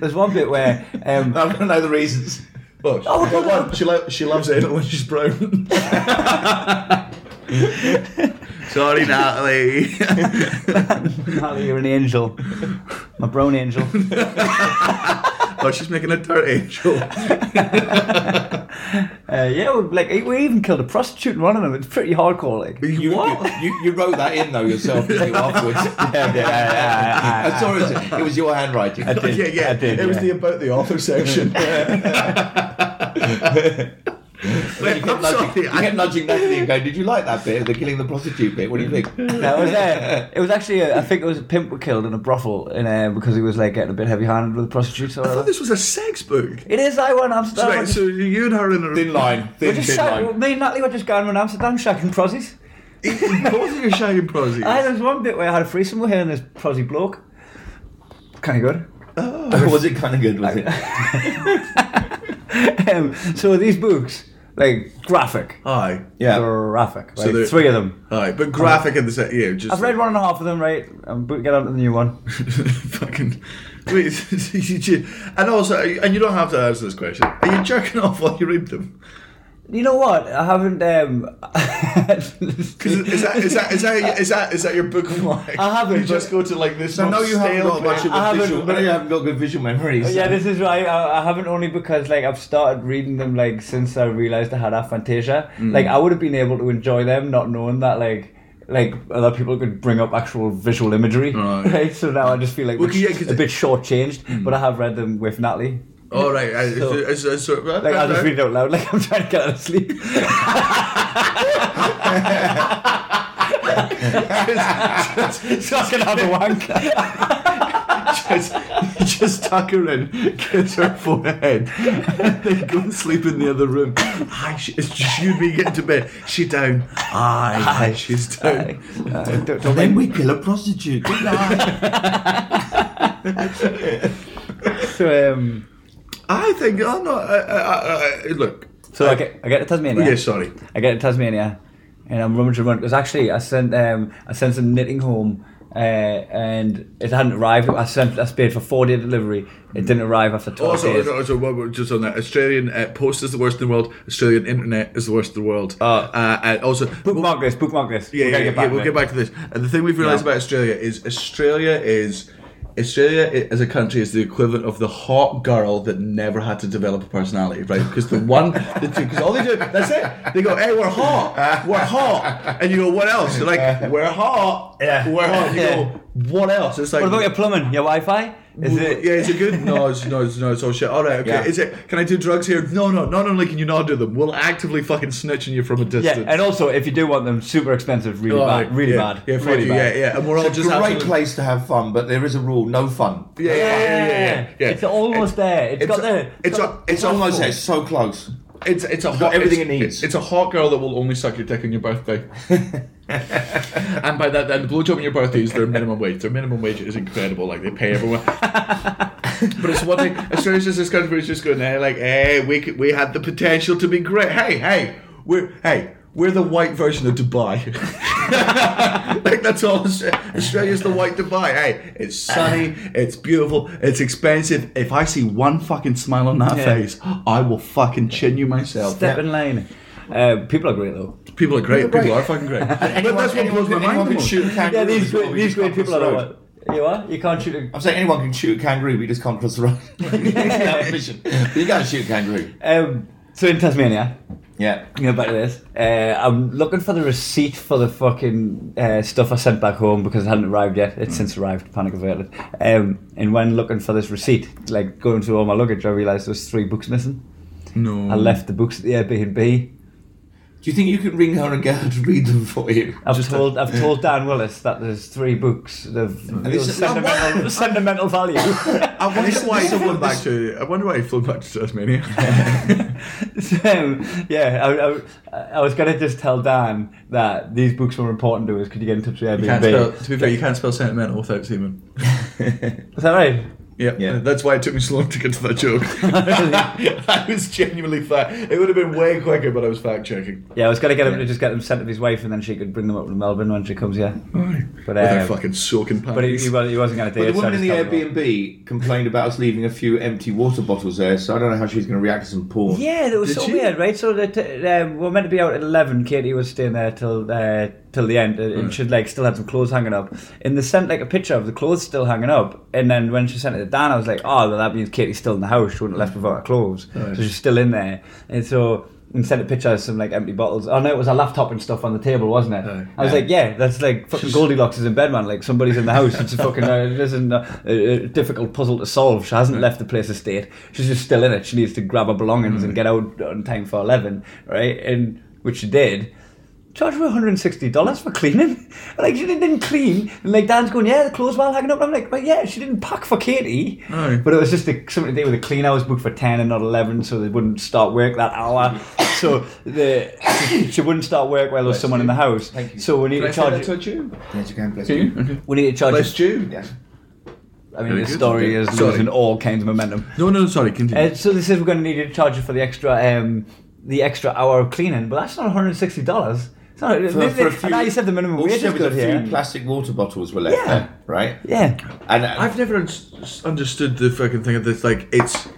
Speaker 1: there's one bit where um,
Speaker 2: *laughs*
Speaker 3: *laughs* I don't know the reasons.
Speaker 2: oh, she,
Speaker 1: Oh, no,
Speaker 2: well, one, she, lo- she loves it when she's
Speaker 1: *laughs*
Speaker 2: brown. Sorry, Natalie.
Speaker 1: *laughs* Natalie, you're an angel, my brown angel.
Speaker 2: but Oh, she's making a dirt
Speaker 1: *laughs*
Speaker 2: angel.
Speaker 1: Uh, yeah, we, like we even killed a prostitute in one of them. It's pretty hardcore. Like
Speaker 3: You,
Speaker 1: what?
Speaker 3: You, you, you wrote that in though yourself didn't you, afterwards.
Speaker 1: yeah, yeah,
Speaker 2: *laughs*
Speaker 1: yeah, yeah.
Speaker 3: I saw it. It was your handwriting.
Speaker 1: I did.
Speaker 2: yeah, yeah.
Speaker 1: I did,
Speaker 2: it was
Speaker 1: yeah.
Speaker 2: the about the
Speaker 1: *laughs*
Speaker 2: author section.
Speaker 3: You
Speaker 2: I'm
Speaker 3: kept, nudging,
Speaker 2: sorry,
Speaker 3: you
Speaker 2: I-
Speaker 3: kept nudging Natalie and going, Did you like that bit? The killing the prostitute bit? What do you think?
Speaker 1: No, it was
Speaker 2: *laughs*
Speaker 1: uh, it was actually uh, I think it was a pimp were killed in a brothel in uh, because he was like getting a bit heavy handed with a prostitute. Or
Speaker 2: I thought
Speaker 1: whatever.
Speaker 2: this was a sex book.
Speaker 1: It is I won Amsterdam.
Speaker 2: Right, so you and her in a
Speaker 3: Thin line.
Speaker 1: we're
Speaker 3: Thin,
Speaker 1: just
Speaker 3: thin
Speaker 1: shack-
Speaker 3: line.
Speaker 1: me and Natalie were just going around Amsterdam shacking prozzies.
Speaker 2: Of course you're shagging
Speaker 1: I
Speaker 2: prosies.
Speaker 1: there's one bit where I had a threesome with her and this prozzy bloke. Kind of
Speaker 3: *laughs* was it kind of good? Was it?
Speaker 1: good. *laughs* um, so these books, like graphic,
Speaker 2: Aye.
Speaker 3: Yeah.
Speaker 1: graphic. Right?
Speaker 2: they're-
Speaker 1: three of them.
Speaker 2: Aye, but graphic in the set. Yeah, just.
Speaker 1: I've read one and a half of them, right? I'm about to get on to the new one.
Speaker 2: *laughs* fucking. Wait, *laughs* you ju- and also, and you don't have to answer this question. Are you jerking off while you read them?
Speaker 1: You know what? I haven't. Um, *laughs*
Speaker 2: Is, is that is that is that is that is that your book of life?
Speaker 1: I haven't,
Speaker 2: You just
Speaker 1: but-
Speaker 2: go to like this.
Speaker 3: I know you haven't
Speaker 2: stale
Speaker 3: got much
Speaker 2: bit.
Speaker 3: of
Speaker 1: I
Speaker 3: a
Speaker 1: haven't-
Speaker 3: visual. I know you haven't Oh, got good visual
Speaker 1: *laughs*
Speaker 3: memories.
Speaker 1: Yeah, this is right. I, I haven't only because like I've started reading them like since I realised I had aphantasia.
Speaker 2: Mm.
Speaker 1: Like I would have been able to enjoy them not knowing that like like other people could bring up actual visual imagery.
Speaker 2: Right.
Speaker 1: Right. So now I just feel *laughs* like
Speaker 2: Well,
Speaker 1: a
Speaker 2: 'cause, Mm. yeah,
Speaker 1: bit-
Speaker 2: 'cause
Speaker 1: a
Speaker 2: it-
Speaker 1: bit shortchanged. But I have read them with Natalie.
Speaker 2: All right. I,
Speaker 1: So-
Speaker 2: it's, it's, it's, it's,
Speaker 1: Like, I'll just read it out loud, *laughs* like I'm trying to get out of
Speaker 2: *laughs*
Speaker 1: sleep. *laughs* *laughs*
Speaker 2: *laughs*
Speaker 1: so I can have a wank. *laughs*
Speaker 2: just, just tuck her in, kiss her forehead, and then go and sleep in the other room. Aye, she, it's just you and me getting to bed. She down. Aye, aye, she's down.
Speaker 1: Uh, don't, don't
Speaker 3: Then
Speaker 1: mind-
Speaker 3: we kill a prostitute. Good night.
Speaker 1: so, um,
Speaker 2: I think, oh no, I, I, I, I, look.
Speaker 1: so I get, I get to Tasmania.
Speaker 2: Yeah, sorry.
Speaker 1: I get to Tasmania, and I'm rummaging around because actually I sent um I sent some knitting home, uh, and it hadn't arrived. I sent I paid for four day delivery. It didn't arrive after twelve
Speaker 2: Also,
Speaker 1: days.
Speaker 2: also, also what we're just on that, Australian uh, post is the worst in the world. Australian internet is the worst in the world. Uh,
Speaker 1: Ah.
Speaker 2: and also,
Speaker 1: Bookmark this. Bookmark this.
Speaker 2: yeah,
Speaker 1: We're
Speaker 2: yeah,
Speaker 1: gonna
Speaker 2: yeah,
Speaker 1: get back
Speaker 2: we'll
Speaker 1: to
Speaker 2: get
Speaker 1: it.
Speaker 2: back to this. And the thing we've realised
Speaker 1: Yeah.
Speaker 2: about Australia is Australia is Australia i- as a country is the equivalent of the hot girl that never had to develop a personality, right? Because the one, the two, because all they do, that's it. They go, hey, we're hot, we're hot, and you go, what else? They're like, we're hot,
Speaker 1: Yeah.
Speaker 2: we're hot. And you
Speaker 1: Yeah.
Speaker 2: go, what else? It's like,
Speaker 1: What about your plumbing? Your Wi-Fi? Is
Speaker 2: well,
Speaker 1: it?
Speaker 2: Yeah, is it good?
Speaker 1: *laughs*
Speaker 2: No, it's, no, it's, no, it's all shit. All right, okay.
Speaker 3: Yeah.
Speaker 2: Is it? Can I do drugs here? No, no. Not only can you not do them, we'll actively fucking snitch on you from a
Speaker 1: Yeah,
Speaker 2: distance.
Speaker 1: and also if you do want them, super expensive, really
Speaker 2: All right,
Speaker 1: bad, really
Speaker 2: yeah,
Speaker 1: bad,
Speaker 2: Yeah, fuck
Speaker 1: really
Speaker 2: you,
Speaker 1: bad.
Speaker 2: yeah, yeah. And we're all just
Speaker 3: Great
Speaker 2: absolutely-
Speaker 3: place to have fun, but there is a rule: no fun.
Speaker 2: Yeah, yeah, yeah, yeah, yeah, yeah.
Speaker 1: It's almost there. it's got there.
Speaker 2: It's a, it's
Speaker 3: It's almost
Speaker 2: almost
Speaker 3: there. It's so close.
Speaker 2: It's it's a hot,
Speaker 3: got everything
Speaker 2: it's,
Speaker 3: it needs.
Speaker 2: It's a hot girl that will only suck your dick on
Speaker 1: *laughs*
Speaker 2: your birthday. and by that, then the blowjob on your birthday is their minimum wage. Their minimum wage is incredible. Like they pay everyone. but it's one thing. Australia's just this country where it's just going, hey, like, hey, we could, we had the potential to be great. Hey, hey, we're hey. We're the white version of Dubai. *laughs* like that's all. Austra- Australia's the white Dubai. Hey, it's sunny, it's beautiful, it's expensive. If I see one fucking smile on that
Speaker 1: Yeah.
Speaker 2: face, I will fucking chin you myself.
Speaker 1: Step in line. Uh, people are great though.
Speaker 2: People are great.
Speaker 3: People are
Speaker 2: People are
Speaker 3: great.
Speaker 2: fucking
Speaker 3: *laughs*
Speaker 2: great. but
Speaker 3: Anyone-
Speaker 2: that's what
Speaker 3: anyone
Speaker 2: blows my
Speaker 3: can- anyone
Speaker 2: mind. the
Speaker 3: can
Speaker 2: most.
Speaker 3: shoot a
Speaker 1: *laughs*
Speaker 3: kangaroo
Speaker 1: Yeah, these
Speaker 3: as well,
Speaker 1: great,
Speaker 3: we
Speaker 1: these
Speaker 3: just
Speaker 1: great
Speaker 3: can't
Speaker 1: people
Speaker 3: cross the
Speaker 1: are
Speaker 3: road.
Speaker 1: what? You are. You can't shoot. A,
Speaker 3: I'm saying anyone can shoot a kangaroo, we just can't cross the road. *laughs* That mission. But you gotta shoot a kangaroo.
Speaker 1: um, so in Tasmania,
Speaker 3: Yeah.
Speaker 1: you know, back to this. Uh, I'm looking for the receipt for the fucking uh, stuff I sent back home because it hadn't arrived yet. It's since arrived. Panic averted. Um, and when looking for this receipt, like going through all my luggage, I realised there was three books missing.
Speaker 2: No.
Speaker 1: I left the books at the Airbnb.
Speaker 3: Do you think you can ring her and get her to read them for you?
Speaker 1: I've told I've told Dan Willis that there's three books of
Speaker 3: this is-
Speaker 1: sentimental, sentimental value. *laughs*
Speaker 2: I wonder
Speaker 3: this-
Speaker 2: why
Speaker 3: this
Speaker 2: he
Speaker 3: is
Speaker 2: flew
Speaker 3: what
Speaker 2: back
Speaker 3: this-
Speaker 2: to. I wonder why he flew back to Tasmania.
Speaker 3: *laughs*
Speaker 1: *laughs* so, yeah, I, I, I was going to just tell Dan that these books were important to us. Could you get in touch with Airbnb?
Speaker 2: You can't spell, to be fair, you can't spell sentimental without semen.
Speaker 1: Is that right?
Speaker 2: Yeah,
Speaker 3: Yeah.
Speaker 2: that's why it took me so long to get to that joke. *laughs* I was genuinely fact. It would have been way quicker, but I was fact checking.
Speaker 1: Yeah, I was going to get him to just get them sent to his wife and then she could bring them up to Melbourne when she comes here. But,
Speaker 2: With
Speaker 1: uh,
Speaker 2: her fucking soaking panties.
Speaker 1: but he, he, wa- he wasn't going to do
Speaker 3: *laughs*
Speaker 1: it.
Speaker 3: Mm. But the
Speaker 1: so I
Speaker 3: woman in the
Speaker 1: just told him.
Speaker 3: Airbnb complained about us leaving a few empty water bottles there, so I don't know how she's going to react to some porn.
Speaker 1: Yeah, that was
Speaker 2: Did
Speaker 1: so
Speaker 2: she?
Speaker 1: weird, right? So the t- um, we are meant to be out at eleven. Katie was staying there till uh, till the end, and and she'd like still had some clothes hanging up. And they sent like a picture of the clothes still hanging up. And then when she sent it to Dan, I was like, oh, well, that means Katie's still in the house. She wouldn't have left without her clothes, so she's still in there. And so. And sent a picture of some like empty bottles. Oh no, it was her laptop and stuff on the table, wasn't it? I was like, yeah, that's like fucking Goldilocks is in bed, man. Like somebody's in the house. It's a fucking uh, it isn't a, a, a difficult puzzle to solve. She hasn't left the place of state. She's just still in it. She needs to grab her belongings and get out on time for eleven, right? And which she did. Charged her one hundred and sixty dollars for cleaning. *laughs* Like she didn't clean. And like Dan's going, yeah, the clothes while hanging up. And I'm like, but yeah, she didn't pack for Katie.
Speaker 2: Aye.
Speaker 1: But it was just a, something to do with the clean. I was booked for ten and not eleven, so they wouldn't start work that hour. so the she wouldn't start work while there was someone in the house.
Speaker 3: Thank you.
Speaker 1: So we need
Speaker 2: Can I
Speaker 1: to
Speaker 2: say that
Speaker 1: charge.
Speaker 2: to you?
Speaker 3: Yes, you can, bless
Speaker 2: Can
Speaker 3: you.
Speaker 2: you? Okay.
Speaker 1: We need to charge.
Speaker 2: Bless you.
Speaker 3: Yeah.
Speaker 1: I mean,
Speaker 2: Very
Speaker 1: the
Speaker 2: good.
Speaker 1: story is
Speaker 2: Sorry.
Speaker 1: losing all kinds of momentum.
Speaker 2: No, no, sorry. Continue.
Speaker 1: Uh, so they said we're going to need you to charge you for the extra, um, the extra hour of cleaning, but that's not one hundred and sixty dollars. For,
Speaker 3: For, for a few,
Speaker 1: now you said the minimum
Speaker 3: also
Speaker 1: wage is
Speaker 3: with
Speaker 1: good
Speaker 3: a few
Speaker 1: here.
Speaker 3: plastic water bottles were left
Speaker 1: Yeah.
Speaker 3: there, right?
Speaker 1: yeah,
Speaker 3: And uh,
Speaker 2: I've never un- s- understood the fucking thing of this. Like, it's.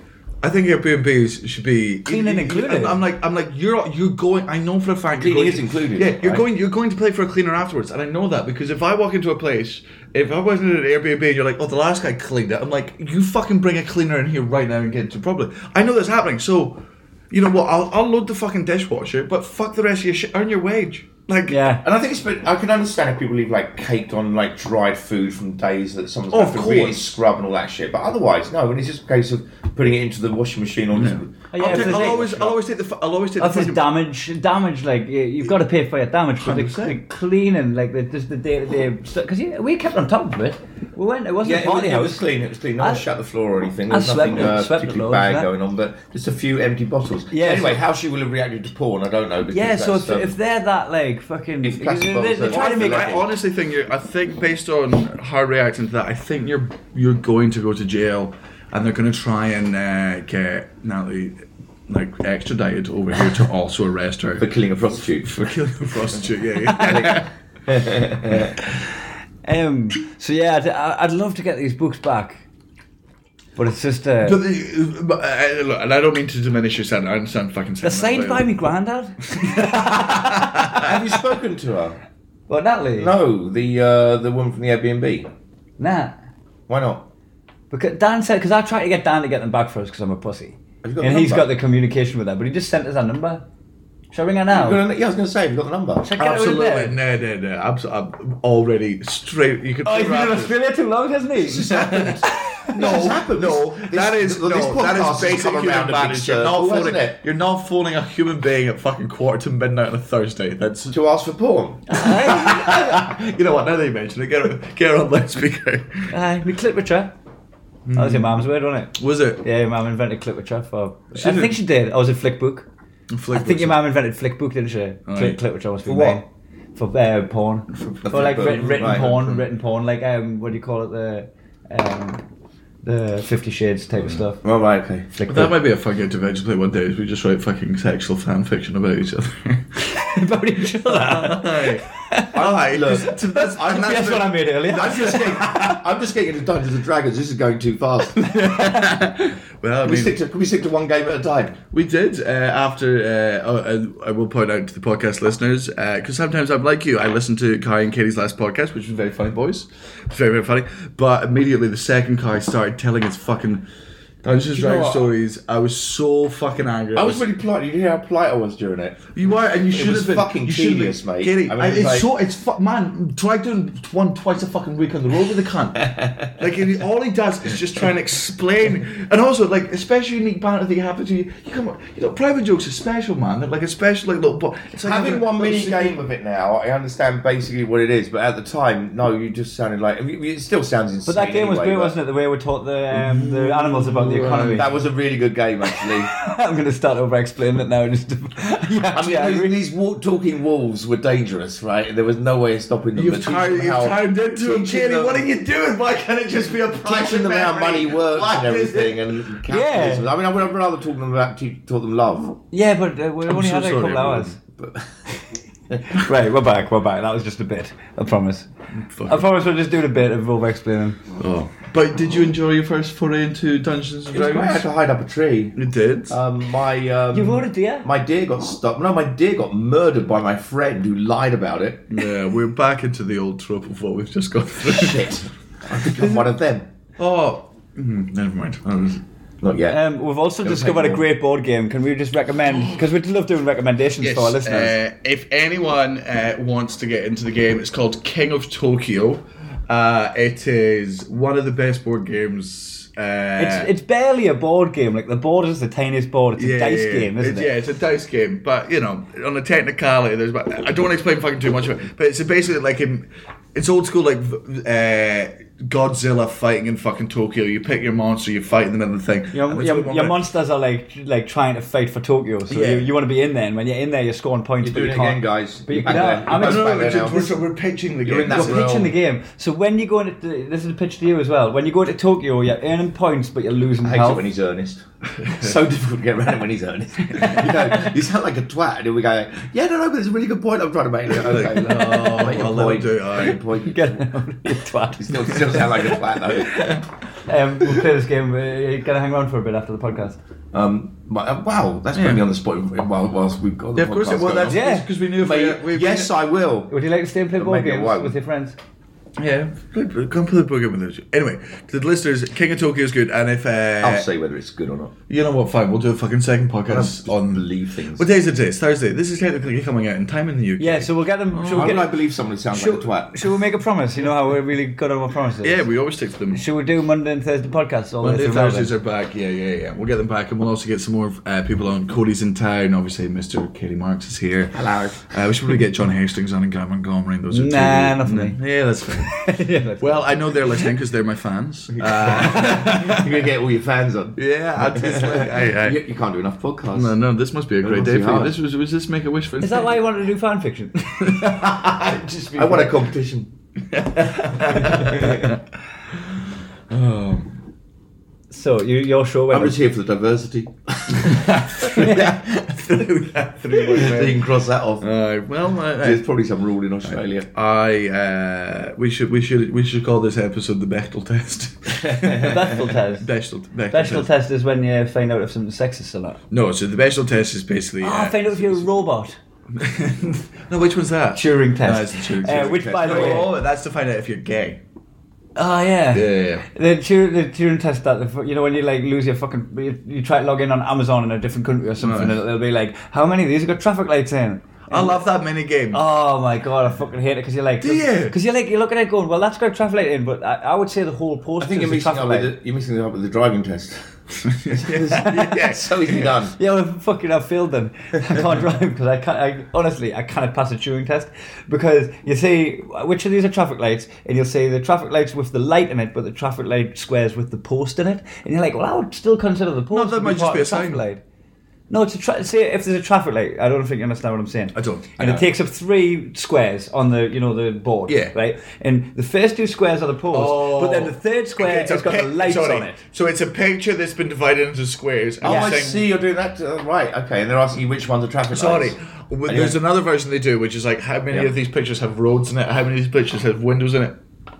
Speaker 2: I think Airbnb should be
Speaker 1: Cleaning
Speaker 2: I'm-
Speaker 1: included.
Speaker 2: I'm like, I'm like, you're you're going. I know for a fact you're
Speaker 3: Cleaning
Speaker 2: going
Speaker 3: is
Speaker 2: to-
Speaker 3: included,
Speaker 2: Yeah, you're
Speaker 3: right?
Speaker 2: going. You're going to pay for a cleaner afterwards, and I know that because if I walk into a place, if I wasn't at an Airbnb, and you're like, oh, the last guy cleaned it. I'm like, you fucking bring a cleaner in here right now and get into a problem. I know that's happening. So, you know what? I'll I'll load the fucking dishwasher, but fuck the rest of your shit. Earn your wage. Like,
Speaker 1: Yeah.
Speaker 3: And I think it's been, I can understand if people leave like caked on like dried food from days that someone's
Speaker 1: Oh,
Speaker 3: has
Speaker 1: of
Speaker 3: to really
Speaker 1: course.
Speaker 3: scrub and all that shit. But otherwise, no. And it's just a case of putting it into the washing machine or just
Speaker 1: Oh, yeah,
Speaker 2: I'll,
Speaker 1: if
Speaker 2: take,
Speaker 1: there's
Speaker 2: I'll
Speaker 1: any-
Speaker 2: always, I'll always take the, fu- I'll always take
Speaker 1: That's
Speaker 2: the
Speaker 1: just
Speaker 2: fucking-
Speaker 1: damage. Damage, like you- you've got to pay for your damage, but the,
Speaker 2: 100%.
Speaker 1: the cleaning, like the, just the day to day,
Speaker 3: *sighs*
Speaker 1: because yeah, we kept on top of it. We went. It wasn't
Speaker 3: Yeah,
Speaker 1: a
Speaker 3: it was,
Speaker 1: party
Speaker 3: it
Speaker 1: house.
Speaker 3: was clean. It was clean. No one
Speaker 1: I-
Speaker 3: shut the floor or anything.
Speaker 1: I
Speaker 3: There was
Speaker 1: swept
Speaker 3: nothing
Speaker 1: it,
Speaker 3: uh,
Speaker 1: swept it loads,
Speaker 3: particularly bad
Speaker 1: yeah.
Speaker 3: going on, but just a few empty bottles.
Speaker 1: Yeah,
Speaker 3: Yeah, anyway,
Speaker 1: so-
Speaker 3: how she will have reacted to porn, I don't know. Because
Speaker 1: Yeah, so if,
Speaker 3: that's, um,
Speaker 1: if they're that like fucking,
Speaker 3: If
Speaker 1: because
Speaker 3: plastic
Speaker 1: they-
Speaker 3: bottles
Speaker 1: they're
Speaker 3: are-
Speaker 1: trying to make.
Speaker 2: I honestly think you. I think based on her reaction to that, I think you're you're going to go to jail, and they're going to try and uh, get Natalie like extradited over here
Speaker 1: *laughs*
Speaker 2: to also arrest her
Speaker 3: for killing a prostitute.
Speaker 2: for killing a prostitute. Yeah,
Speaker 1: *laughs*
Speaker 2: yeah.
Speaker 1: Um. So yeah, I'd, I'd love to get these books back, but it's just uh,
Speaker 2: but, the, but uh, look, and I don't mean to diminish your sentiment. I understand fucking.
Speaker 1: they're signed by me granddad.
Speaker 3: have you spoken to her?
Speaker 1: *laughs* Well, Natalie.
Speaker 3: No, the uh, the woman from the Airbnb.
Speaker 1: Nah.
Speaker 3: Why not?
Speaker 1: Because Dan said, because I tried to get Dan to get them back for us because I'm a pussy,
Speaker 3: Have you got
Speaker 1: and
Speaker 3: the
Speaker 1: he's
Speaker 3: number?
Speaker 1: got the communication with her, but he just sent us a number. Shall I ring her now?
Speaker 3: You've got a- yeah, I was going to say, have you got the number?
Speaker 1: Should I get her in
Speaker 2: Absolutely,
Speaker 1: there?
Speaker 2: no, no, no. Abs- I'm already straight. You could.
Speaker 1: Oh, he's been in
Speaker 2: wrap it.
Speaker 1: Australia too long, hasn't *laughs* he?
Speaker 3: *laughs* This
Speaker 2: No,
Speaker 3: happens.
Speaker 2: no,
Speaker 3: This-
Speaker 2: that is
Speaker 3: this
Speaker 2: no, that
Speaker 3: podcast
Speaker 2: is
Speaker 3: has
Speaker 2: basic
Speaker 3: come around
Speaker 2: human
Speaker 3: a big
Speaker 2: manners. You're
Speaker 3: circle,
Speaker 2: not
Speaker 3: hasn't
Speaker 2: phoning.
Speaker 3: it?
Speaker 2: You're not phoning a human being at fucking quarter to midnight on a Thursday. That's
Speaker 3: To ask for porn.
Speaker 2: you know what? Now they mention it, get her, get her on loudspeaker.
Speaker 1: Aye, we clipperture. That was your mum's word, wasn't it?
Speaker 2: Was it?
Speaker 1: Yeah, your mum invented clipperture for. I
Speaker 2: did.
Speaker 1: think she did. I was at Flickbook.
Speaker 2: Flick
Speaker 1: I think your
Speaker 2: was-
Speaker 1: mum invented Flickbook, didn't she? Cli
Speaker 2: Right.
Speaker 1: Clipperture was for
Speaker 3: what?
Speaker 1: men. For uh, porn. For, like
Speaker 3: Flickbook,
Speaker 1: writ- written
Speaker 3: right.
Speaker 1: porn, written porn, like um, what do you call it? The um, the Fifty Shades type of stuff. *laughs*
Speaker 3: Well, right, okay.
Speaker 2: That
Speaker 1: Flickbook.
Speaker 2: might be a fucking adventure play one day. Is we just write fucking sexual fan fiction about each
Speaker 1: *laughs*
Speaker 2: other.
Speaker 1: About each *laughs* other.
Speaker 2: Aye, aye. *laughs*
Speaker 3: Look,
Speaker 2: that's, that's, and that's
Speaker 1: Guess
Speaker 2: the-
Speaker 1: what I made earlier?
Speaker 3: I'm just
Speaker 1: *laughs*
Speaker 3: getting, I'm just getting into Dungeons and Dragons. This is going too *laughs* fast. Can
Speaker 2: Well, I
Speaker 3: we
Speaker 2: mean,
Speaker 3: stick to, can we stick to one game at a time?
Speaker 2: We did uh, after. Uh, oh, and I will point out to the podcast listeners because sometimes I'm like you. I listened to Kai and Katie's last podcast, which was very funny, boys. It was very very funny. But immediately the second Kai started telling his fucking Dungeons and
Speaker 3: you know
Speaker 2: Dragons
Speaker 3: what?
Speaker 2: stories, I was so fucking angry.
Speaker 3: I was really polite. You hear how polite I was during it.
Speaker 2: You were, and you should
Speaker 3: was
Speaker 2: have been.
Speaker 3: fucking
Speaker 2: you should have
Speaker 3: tedious,
Speaker 2: been,
Speaker 3: mate.
Speaker 2: Katie,
Speaker 3: I mean,
Speaker 2: I-
Speaker 3: it's
Speaker 2: it's
Speaker 3: like-
Speaker 2: so it's fuck, man. Try doing one twice a fucking week on the road with a
Speaker 3: *laughs*
Speaker 2: cunt. like and he- all he does is just try and explain, and also like especially unique banter that you happen to you. You come, on, you know, private jokes are special, man. They're like a special like little. Bo- it's like
Speaker 3: Having
Speaker 2: having
Speaker 3: one
Speaker 2: little
Speaker 3: mini
Speaker 2: se-
Speaker 3: game of it now, I understand basically what it is. But at the time, no, you just sounded like I mean, it still sounds insane.
Speaker 1: But that game was great,
Speaker 3: anyway, but
Speaker 1: wasn't it? The way we taught the um, the animals about the economy.
Speaker 3: That was a really good game actually.
Speaker 1: *laughs*
Speaker 3: *laughs*
Speaker 1: I'm going to start over explaining it now. Just to, *laughs* yeah,
Speaker 3: I mean,
Speaker 1: yeah,
Speaker 3: these, these walk, talking wolves were dangerous, right? There was no way of stopping them.
Speaker 2: You've
Speaker 3: but teaching
Speaker 2: tied,
Speaker 3: them
Speaker 2: you've
Speaker 3: how-
Speaker 2: tied into him,
Speaker 3: teaching
Speaker 2: Katie.
Speaker 3: them-
Speaker 2: What are you doing? Why can't it just be a private
Speaker 3: teaching them how
Speaker 2: memory?
Speaker 3: money works
Speaker 2: Why
Speaker 3: and
Speaker 2: is it-
Speaker 3: everything and capitalism. I mean, I would have rather talk them about te- taught them love.
Speaker 1: yeah, but uh, we only
Speaker 2: so
Speaker 1: had a
Speaker 2: sorry,
Speaker 1: couple
Speaker 2: everyone.
Speaker 1: hours. *laughs*
Speaker 3: *laughs*
Speaker 1: right, we're back. We're back. That was just a bit. I promise.
Speaker 2: Fuck
Speaker 1: I
Speaker 2: it.
Speaker 1: promise we'll just do a bit of over explaining.
Speaker 2: Oh. But did you enjoy your first foray into Dungeons and
Speaker 3: It was great. I
Speaker 2: Dragons?
Speaker 3: had to hide up a tree.
Speaker 2: You did.
Speaker 3: Um, my um,
Speaker 1: You wrote a deer?
Speaker 3: My deer got stuck. No, my deer got murdered by my friend who lied about it. *laughs*
Speaker 2: Yeah, we're back into the old trope of what we've just gone through.
Speaker 3: Shit, I become one of them.
Speaker 2: oh, mm, never mind. I was-
Speaker 3: Not yet.
Speaker 1: Um, we've also
Speaker 3: was
Speaker 1: discovered
Speaker 3: like
Speaker 1: a great board game. Can we just recommend? Because we love doing recommendations for our listeners.
Speaker 2: uh, if anyone uh, wants to get into the game, it's called King of Tokyo. Uh, it is one of the best board games. Uh,
Speaker 1: it's it's barely a board game. Like the board is the tiniest board. It's a dice game, isn't
Speaker 2: It's-
Speaker 1: it?
Speaker 2: Yeah, it's a dice game, but you know, on a technicality, there's. about- I don't want to explain fucking too much of it, but it's basically like in, it's old school, like uh, Godzilla fighting in fucking Tokyo. You pick your monster, you fight in the middle of the thing. And
Speaker 1: Your,
Speaker 2: there's
Speaker 1: your,
Speaker 2: only one
Speaker 1: your
Speaker 2: bit-
Speaker 1: monsters are like like trying to fight for Tokyo, so
Speaker 2: Yeah.
Speaker 1: you, you want to be in there. And when you're in there, you're scoring points.
Speaker 3: You're
Speaker 1: but
Speaker 3: doing
Speaker 1: you
Speaker 3: it
Speaker 1: can't.
Speaker 3: again, guys.
Speaker 1: But you,
Speaker 3: You're back
Speaker 1: no,
Speaker 3: there.
Speaker 1: I mean,
Speaker 3: You're
Speaker 2: No,
Speaker 3: back
Speaker 2: no,
Speaker 3: there
Speaker 2: it's
Speaker 3: now.
Speaker 2: just- we're, we're pitching the game.
Speaker 3: You're in that
Speaker 2: We're-
Speaker 1: You're
Speaker 3: Well-
Speaker 1: pitching the game. So when you go into this is a pitch to you as well. When you go to Tokyo, you're earning points, but you're losing
Speaker 3: I hate it
Speaker 1: health.
Speaker 3: when he's earnest. *laughs* so difficult to get around him when he's *laughs* earnest. you know, you sound like a twat, and then we go, "Yeah, no, no, but it's a really good point I'm trying to *laughs* make." Okay,
Speaker 2: No,
Speaker 3: make your
Speaker 2: I'll let him
Speaker 3: point.
Speaker 2: do it, all
Speaker 3: Make your
Speaker 2: right.
Speaker 1: *laughs*
Speaker 3: point.
Speaker 1: Get
Speaker 3: *laughs*
Speaker 1: twat.
Speaker 3: You still, you still sound like a twat *laughs*
Speaker 1: Um, we'll play this game. We're gonna hang around for a bit after the podcast.
Speaker 3: though. Um, but, uh, wow, that's putting me on the spot while- whilst we've got the
Speaker 2: Yeah, of course
Speaker 3: podcast
Speaker 2: it was.
Speaker 3: going
Speaker 2: That's
Speaker 3: on.
Speaker 1: Yeah.
Speaker 2: because we knew. if
Speaker 3: Mate,
Speaker 2: we, we
Speaker 3: yes, I will.
Speaker 1: Would you like to stay and play board
Speaker 3: Maybe I
Speaker 1: games
Speaker 3: won't.
Speaker 1: with your friends? Yeah.
Speaker 2: Play- Come play the program with us. Anyway, to the listeners, King of Tokyo is good, and if uh,
Speaker 3: I'll say whether it's good or not.
Speaker 2: you know what, fine, we'll do a fucking second podcast
Speaker 3: I
Speaker 2: on.
Speaker 3: believe things.
Speaker 2: What day is it today? It's Thursday. This is technically coming out in time in the UK.
Speaker 1: Yeah, so we'll get them. Should
Speaker 3: How
Speaker 1: we,
Speaker 3: can I
Speaker 1: get,
Speaker 3: believe someone who sounds
Speaker 1: should,
Speaker 3: like a twat?
Speaker 1: should we make a promise? You know how we're really good on our promises?
Speaker 2: yeah, we always stick to them.
Speaker 1: Should we do Monday and Thursday podcasts all
Speaker 2: Monday
Speaker 1: the way through
Speaker 2: Thursdays
Speaker 1: now
Speaker 2: are back. Yeah, yeah, yeah. We'll get them back, and we'll also get some more uh, people on. Cody's in town. Obviously, Mr. Katie Marks is here.
Speaker 6: Hello.
Speaker 2: Uh, we should probably get John Hastings on and Guy Montgomery. Those are two- Mm-hmm.
Speaker 1: Nah, not for me.
Speaker 2: Yeah, that's fine.
Speaker 1: then? Yeah, that's-
Speaker 2: Well, I know they're listening because they're my fans. Uh, *laughs*
Speaker 3: *laughs* You're gonna get all your fans on.
Speaker 2: yeah, I
Speaker 3: *laughs*
Speaker 2: just like, I,
Speaker 3: You,
Speaker 2: I,
Speaker 3: you can't do enough podcasts.
Speaker 2: no, no, this must be a great
Speaker 3: must
Speaker 2: day
Speaker 3: be
Speaker 2: for you.
Speaker 3: hard.
Speaker 2: This was, was this Make a Wish for?
Speaker 1: Is that *laughs*
Speaker 2: *laughs*
Speaker 1: why you wanted to do fan
Speaker 3: *laughs*
Speaker 1: fiction?
Speaker 3: I want a competition.
Speaker 2: Oh. *laughs*
Speaker 1: so you, your show went.
Speaker 3: I'm just here
Speaker 1: *laughs*
Speaker 3: for the diversity. *laughs*
Speaker 2: *laughs*
Speaker 3: so you
Speaker 2: Three
Speaker 3: can cross that off.
Speaker 2: uh, well, I,
Speaker 3: There's probably some rule in Australia.
Speaker 2: I uh, we should we should we should call this episode the Bechtel test.
Speaker 1: *laughs* Bechtel test.
Speaker 2: Bechtel, Bechtel
Speaker 1: Special
Speaker 2: test.
Speaker 1: test is when you find out if something's sexist or not.
Speaker 2: No, so the Bechtel test is basically.
Speaker 1: Oh,
Speaker 2: uh,
Speaker 1: I find out if you're a robot.
Speaker 2: *laughs* no, which one's that?
Speaker 1: Turing test.
Speaker 2: No, it's the Turing
Speaker 1: Uh,
Speaker 2: test.
Speaker 1: which, by the
Speaker 2: Oh,
Speaker 1: way-
Speaker 2: oh, that's to find out if you're gay.
Speaker 1: Oh yeah.
Speaker 2: yeah.
Speaker 1: The Turing, the Turing test that the, fu- you know when you like lose your fucking you, you try to log in on Amazon in a different country or something
Speaker 2: Right.
Speaker 1: and they'll be like, how many of these have got traffic lights in?
Speaker 2: I love that mini game. *laughs*
Speaker 1: Oh *laughs* my god, I fucking hate it because you're like,
Speaker 2: Do
Speaker 1: *laughs*
Speaker 2: you?
Speaker 1: Because you're like, you're looking at it going, well, that's got a traffic light in, but I, I would say the whole post.
Speaker 3: I think you're
Speaker 1: is a
Speaker 3: mixing,
Speaker 1: traffic
Speaker 3: up with
Speaker 1: light.
Speaker 3: the, you're mixing it up with the driving *laughs* test.
Speaker 2: yes.
Speaker 3: so easily done.
Speaker 1: Yeah, well, fucking, I failed then. I can't drive because I can't. I, honestly, I can't pass a Turing test because you see which of these are traffic lights, and you'll see the traffic lights with the light in it, but the traffic light squares with the post in it, and you're like, well, I would still consider the post.
Speaker 2: that
Speaker 1: to
Speaker 2: might just
Speaker 1: part
Speaker 2: be
Speaker 1: of
Speaker 2: a
Speaker 1: the traffic
Speaker 2: sign.
Speaker 1: light. No, it's a tra- see if there's a traffic light. I don't think you understand what I'm saying.
Speaker 2: I don't.
Speaker 1: And
Speaker 2: I know.
Speaker 1: it takes up three squares on the you know the board.
Speaker 2: Yeah. Oh.
Speaker 1: Right. And the first two squares are the post, but then the third square
Speaker 2: it's a
Speaker 1: has got the
Speaker 2: pic-
Speaker 1: lights
Speaker 2: sorry.
Speaker 1: on it.
Speaker 2: So it's a picture that's been divided into squares. and
Speaker 3: Oh,
Speaker 2: you're
Speaker 3: I
Speaker 2: saying-
Speaker 3: see. You're doing that. to- right. Okay. And they're asking you which ones are traffic
Speaker 2: Sorry.
Speaker 3: lights.
Speaker 2: Well, There's another version they do, which is like how many
Speaker 3: Yeah.
Speaker 2: of these pictures have roads in it, how many of these pictures have windows in it,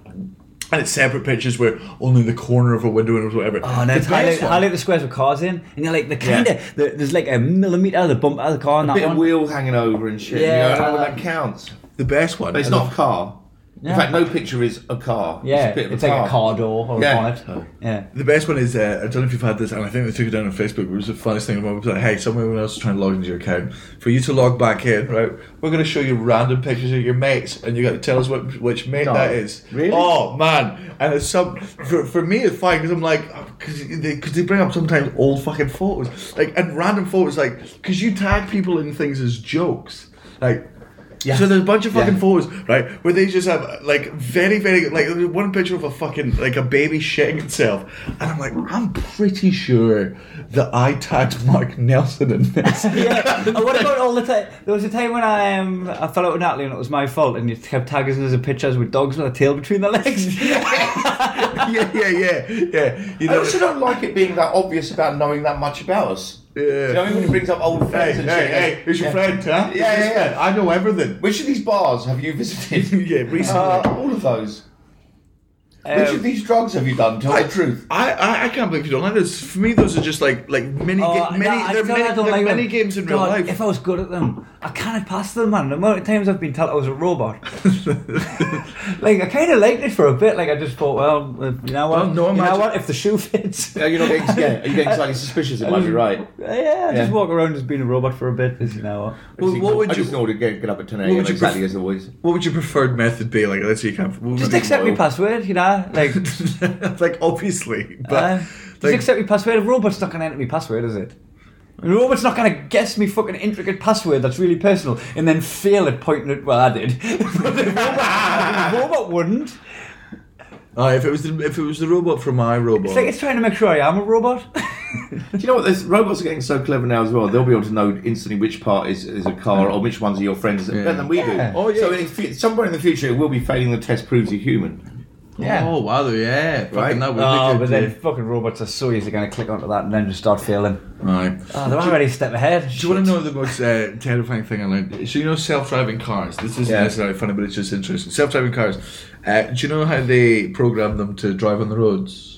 Speaker 2: and it's separate pictures where only the corner of a window and whatever.
Speaker 1: Oh, and
Speaker 2: The
Speaker 1: then it's highlight,
Speaker 2: best one-
Speaker 1: highlight the squares with cars in, and you're like, the kind of, the, there's like a millimetre of the bump out of the car on that
Speaker 3: Bit
Speaker 1: one.
Speaker 3: of wheel hanging over and shit.
Speaker 1: Yeah.
Speaker 3: You go, oh, that counts.
Speaker 2: The best one.
Speaker 3: But it's
Speaker 2: and
Speaker 3: not a car.
Speaker 1: Yeah.
Speaker 3: In fact, no picture is a car.
Speaker 1: yeah,
Speaker 3: it's, a bit of
Speaker 1: it's
Speaker 3: a
Speaker 1: like
Speaker 3: car.
Speaker 1: a car door or
Speaker 3: Yeah.
Speaker 1: a
Speaker 2: Oh.
Speaker 1: bonnet. Yeah.
Speaker 2: The best one is uh, I don't know if you've had this, and I think they took it down on Facebook. But it was the funniest thing. About it. it was like, hey, someone else is trying to log into your account. For you to log back in, right? We're going to show you random pictures of your mates, and you got to tell us what, which mate
Speaker 3: No.
Speaker 2: that is.
Speaker 3: Really?
Speaker 2: Oh man! And it's some for, for me, it's fine because I'm like because they, 'cause they bring up sometimes old fucking photos, like and random photos, like because you tag people in things as jokes, like.
Speaker 3: Yeah.
Speaker 2: So there's a bunch of fucking
Speaker 3: Yeah.
Speaker 2: photos, right, where they just have like very, very like there's one picture of a fucking like a baby shitting itself, and I'm like, I'm pretty sure that I tagged Mark Nelson in this.
Speaker 3: *laughs*
Speaker 1: yeah. And what about all the time? There was a time when I um, I fell out with Natalie and it was my fault, and you kept tagging us as pictures with dogs with a tail between their
Speaker 2: *laughs*
Speaker 1: legs.
Speaker 2: yeah, yeah, yeah, yeah. You
Speaker 3: I
Speaker 2: know,
Speaker 3: also don't like it being that obvious about knowing that much about us.
Speaker 2: Yeah.
Speaker 3: You know, everybody brings up old
Speaker 2: hey, hey,
Speaker 3: friends and shit.
Speaker 2: hey, who's your
Speaker 3: Yeah.
Speaker 2: friend? Huh?
Speaker 3: Yeah,
Speaker 2: Who's your
Speaker 3: yeah, yeah.
Speaker 2: friend? I know everything.
Speaker 3: Which of these bars have you *laughs* visited?
Speaker 2: yeah, recently.
Speaker 3: Uh, all of those. Which
Speaker 1: Um,
Speaker 3: of these drugs have you done? Tell the truth.
Speaker 2: I, I, I can't believe you don't like this. For me, those are just like like mini
Speaker 1: Oh,
Speaker 2: ga- mini.
Speaker 1: no, I
Speaker 2: they're
Speaker 1: don't-
Speaker 2: mini,
Speaker 1: I don't
Speaker 2: they're
Speaker 1: like
Speaker 2: mini
Speaker 1: them.
Speaker 2: games in real
Speaker 1: God,
Speaker 2: life.
Speaker 1: If I was good at them, I kind of passed them, man. The amount of times I've been told I was a
Speaker 2: *laughs*
Speaker 1: robot. like, I kind of liked it for a bit. Like, I just thought, well, uh, you know what?
Speaker 2: Well, no,
Speaker 1: you know
Speaker 2: imagine-
Speaker 1: what? If the shoe fits.
Speaker 3: Are you *laughs* not getting scared? Are you getting slightly suspicious? It might be right.
Speaker 1: Yeah, Uh, yeah, just
Speaker 3: Yeah.
Speaker 1: walk around as being a robot for a bit, as you know.
Speaker 2: Well, what would
Speaker 3: I
Speaker 2: you?
Speaker 3: just know to get, get up at 10
Speaker 2: What
Speaker 3: a.m.
Speaker 2: would you
Speaker 3: exactly
Speaker 2: pref-
Speaker 3: as always.
Speaker 2: What would your preferred method be? Like, let's say you can't.
Speaker 1: Just accept
Speaker 3: loyal.
Speaker 1: my password, you know. *laughs* Like,
Speaker 2: *laughs* like obviously, but
Speaker 1: uh,
Speaker 2: like,
Speaker 1: just accept my password. A robot's not gonna enter my password, is it? A robot's not gonna guess me fucking intricate password that's really personal and then fail at pointing it. Well, I did. *laughs* but the robot, the robot wouldn't.
Speaker 2: Ah, if it was the, if it was the robot from my robot,
Speaker 1: It's like it's trying to make sure I am a robot. *laughs*
Speaker 3: Do you know what? This robots are getting so clever now as well. They'll be able to know instantly which part is, is a car or which ones are your friends better than we
Speaker 1: Yeah.
Speaker 3: do.
Speaker 2: Oh, yeah.
Speaker 3: So if you, somewhere in the future, it will be failing the test proves you're human.
Speaker 1: yeah.
Speaker 2: oh wow, yeah,
Speaker 3: Right?
Speaker 2: fucking that would
Speaker 1: Oh, but
Speaker 2: be good.
Speaker 1: then
Speaker 2: yeah.
Speaker 1: fucking robots are so easily going to click onto that and then just start failing.
Speaker 2: Aye.
Speaker 1: Oh, they're already a step ahead.
Speaker 2: Do you want to know the most uh, terrifying thing I learned? So you know self-driving cars. This isn't
Speaker 3: Yeah.
Speaker 2: necessarily funny, but it's just interesting. Self-driving cars. Uh, do you know how they program them to drive on the roads?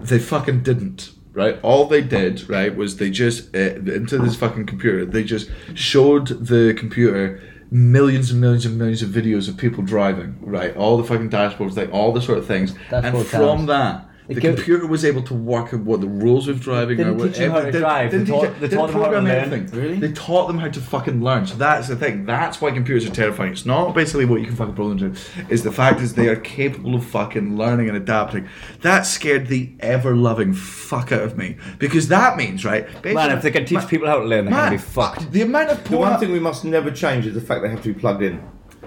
Speaker 2: They fucking didn't. Right. All they did, right, was they just uh, into this fucking computer. They just showed the computer millions and millions and millions of videos of people driving, right? All the fucking dashboards, like all the sort of things.
Speaker 1: That's
Speaker 2: and
Speaker 1: what counts.
Speaker 2: from that,
Speaker 1: It
Speaker 2: the
Speaker 1: give-
Speaker 2: computer was able to work out what the rules of driving
Speaker 1: Didn't
Speaker 2: are. what
Speaker 1: teach them how to
Speaker 2: every- didn't-
Speaker 1: drive, they
Speaker 2: didn't teach-
Speaker 1: taught- they
Speaker 2: didn't
Speaker 1: taught them how to
Speaker 2: program
Speaker 1: learn.
Speaker 2: anything.
Speaker 3: Really?
Speaker 2: They taught them how to fucking learn. So that's the thing. That's why computers are terrifying. It's not basically what you can fucking program them to. Is the fact is they are capable of fucking learning and adapting. That scared the ever loving fuck out of me because that means right.
Speaker 1: Man, if they can teach people how to learn, they're gonna
Speaker 2: Man,
Speaker 1: be fucked.
Speaker 2: The amount of
Speaker 3: The
Speaker 2: porn.
Speaker 3: one thing we must never change is the fact they have to be plugged in.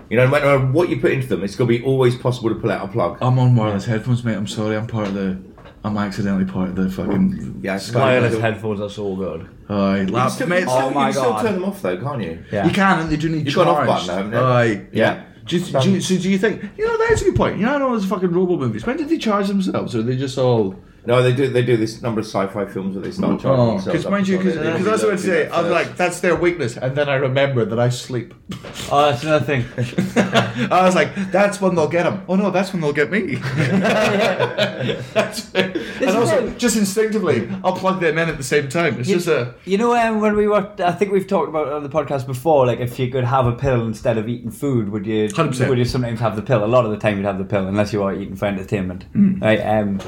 Speaker 3: You know, no matter what you put into them, it's got to be always possible to pull out a plug.
Speaker 2: I'm on wireless headphones, mate. I'm sorry. I'm part of the. I'm accidentally part of the fucking.
Speaker 3: Yeah,
Speaker 1: Wireless headphones are so good.
Speaker 2: Aye, lap,
Speaker 3: Still,
Speaker 2: mate.
Speaker 3: you can
Speaker 1: oh
Speaker 3: still,
Speaker 1: my
Speaker 3: you can still
Speaker 1: God.
Speaker 3: turn them off though, can't you?
Speaker 1: Yeah.
Speaker 2: You can, and they do need
Speaker 3: You've got
Speaker 2: charged.
Speaker 3: an off button, haven't you?
Speaker 2: Aye.
Speaker 3: Yeah. Um,
Speaker 2: Do you, do you, so do you think? You know, that's a good point. You know, I know there's fucking robo movies. When did they charge themselves? Or are they just all?
Speaker 3: No, they do. They do this number of sci-fi films where they start charging
Speaker 2: Oh,
Speaker 3: themselves.
Speaker 2: because
Speaker 3: up
Speaker 2: mind
Speaker 3: as
Speaker 2: you,
Speaker 3: well. They- they
Speaker 2: because that's
Speaker 3: do
Speaker 2: what I
Speaker 3: that-
Speaker 2: say.
Speaker 3: do that
Speaker 2: I'm
Speaker 3: first.
Speaker 2: like, that's their weakness, and then I remember that I sleep. *laughs*
Speaker 1: Oh, that's another thing.
Speaker 2: I was like, that's when they'll get him. Oh no, that's when they'll get me. *laughs* That's- *laughs* and also, just instinctively, I'll plug them in at the same time. It's
Speaker 1: You-
Speaker 2: just a.
Speaker 1: You know, um, when we were, I think we've talked about it on the podcast before. Like, if you could have a pill instead of eating food, would you?
Speaker 2: 100%.
Speaker 1: Would you sometimes have the pill? A lot of the time, you'd have the pill unless you are eating for entertainment,
Speaker 2: Mm.
Speaker 1: right? Um,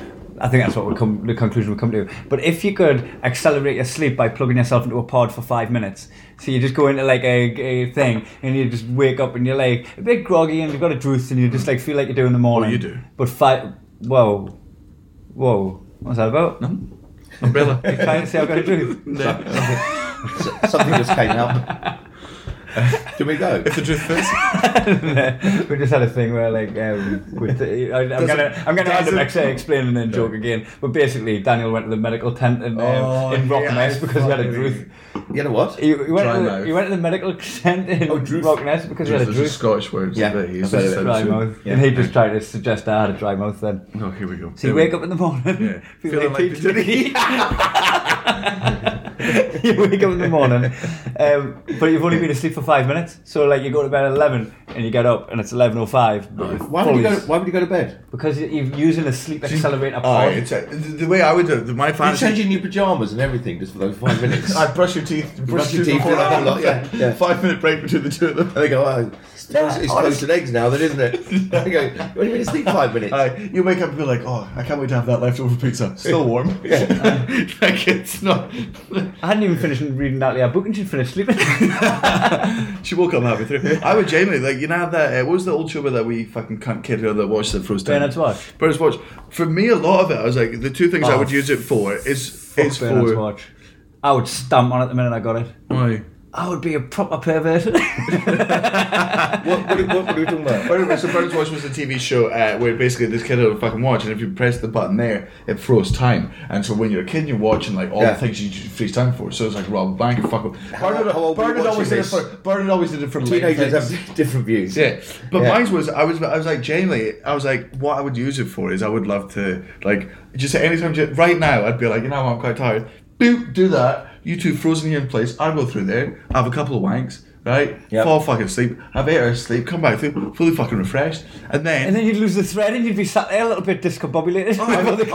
Speaker 1: I think that's what we come. The conclusion we come to. But if you could accelerate your sleep by plugging yourself into a pod for five minutes, so you just go into like a, a thing and you just wake up and you're like a bit groggy and you've got a drooth and you just like feel like you do in the morning.
Speaker 2: you do.
Speaker 1: But five. Whoa, whoa. What's that about? No.
Speaker 2: *laughs* Umbrella.
Speaker 1: Trying to say I've got a drooth.
Speaker 3: So- something just came out. Can we go?
Speaker 2: if the truth
Speaker 1: *laughs*
Speaker 2: fits.
Speaker 1: we just had a thing where like um, with the, I, I'm gonna I'm gonna end up
Speaker 2: doesn't-
Speaker 1: actually explaining and joke again. But basically, Daniel went to the medical tent in, um,
Speaker 2: Oh,
Speaker 1: in Rockness
Speaker 2: yeah,
Speaker 1: because he had a
Speaker 2: fucking-
Speaker 1: druth.
Speaker 3: You know what?
Speaker 1: He, he went
Speaker 2: Dry
Speaker 1: to the,
Speaker 2: mouth.
Speaker 1: he went to the medical tent in
Speaker 3: Oh, druth.
Speaker 1: Rockness because he had a
Speaker 2: There's a
Speaker 1: druth.
Speaker 2: Scottish word.
Speaker 3: Yeah,
Speaker 2: that he
Speaker 3: I've
Speaker 2: used
Speaker 3: heard
Speaker 2: to
Speaker 3: of it.
Speaker 2: say
Speaker 1: Dry
Speaker 2: too.
Speaker 1: mouth, and he just tried to suggest I had a dry mouth then.
Speaker 2: Oh, here we go.
Speaker 1: So you wake up in the morning, *laughs*
Speaker 2: Yeah.
Speaker 1: feel
Speaker 2: Feeling
Speaker 1: like,
Speaker 2: like
Speaker 1: pizza to eat. *laughs* you wake up in the morning, um, but you've only been asleep for five minutes. So like you go to bed at eleven and you get up and it's eleven oh five. But you're
Speaker 3: *laughs* Why would you
Speaker 1: fully
Speaker 3: go?
Speaker 1: s-
Speaker 3: Why would you go to bed?
Speaker 1: Because you- you're using a sleep accelerator
Speaker 2: Aye,
Speaker 1: pod.
Speaker 2: Oh, it's a, the way I would do it, my
Speaker 3: You
Speaker 2: fantasy. *laughs*
Speaker 3: change in your pajamas and everything just for those five minutes.
Speaker 2: I brush your teeth.
Speaker 3: brush your teeth, do that whole
Speaker 2: *laughs*
Speaker 3: lot, yeah, yeah.
Speaker 2: Five minute break between the two of them.
Speaker 3: And they go, oh, it's, it's toast and eggs now, then, isn't it? They go, what do you mean it's sleep five minutes?
Speaker 2: *laughs* Aye, you wake up and be like, oh, I can't wait to have that leftover pizza. Still warm. *laughs* like it's
Speaker 3: *laughs*
Speaker 2: not.
Speaker 1: I hadn't even finished reading Natalie. Our book and she'd finished sleeping.
Speaker 2: she woke up
Speaker 1: *laughs*
Speaker 2: halfway through. I would genuinely like you know that uh, what was the old show with that wee fucking cunt kid who that watched the froze down.
Speaker 1: Bernard's Watch.
Speaker 2: Bernard's Watch. For me, a lot of it, I was like the two things I
Speaker 1: Oh,
Speaker 2: would use it for is
Speaker 1: Fuck
Speaker 2: is
Speaker 1: Bernard's
Speaker 2: for.
Speaker 1: watch. I would stamp on it the minute I got it.
Speaker 2: Aye.
Speaker 1: I would be a proper
Speaker 3: *laughs*
Speaker 1: pervert.
Speaker 3: What, what, what, what are we talking about?
Speaker 2: But anyway, so Bird's Watch was a TV show uh, where basically this kid had a fucking watch, and if you pressed the button there, it froze time. And so when you're a kid, you're watching like all
Speaker 3: Yeah.
Speaker 2: the things you just freeze time for. So it's like Rob Bank, fuck up. Bernard,
Speaker 3: how old were you
Speaker 2: Bernard always
Speaker 3: watching
Speaker 2: did it
Speaker 3: this?
Speaker 2: for. Bernard always did it for late
Speaker 3: Teenagers
Speaker 2: things.
Speaker 3: have different views.
Speaker 2: Yeah, but
Speaker 3: Yeah.
Speaker 2: mine was I was I was like genuinely I was like what I would use it for is I would love to like just at any time ju- right now I'd be like you know I'm quite tired boop do that you two frozen here in place I'll go through there have a couple of wanks right
Speaker 3: Yep.
Speaker 2: fall fucking asleep have eight hours sleep come back through fully fucking refreshed and then.
Speaker 1: and then you'd lose the thread and you'd be sat there a little bit discombobulated.
Speaker 3: Oh,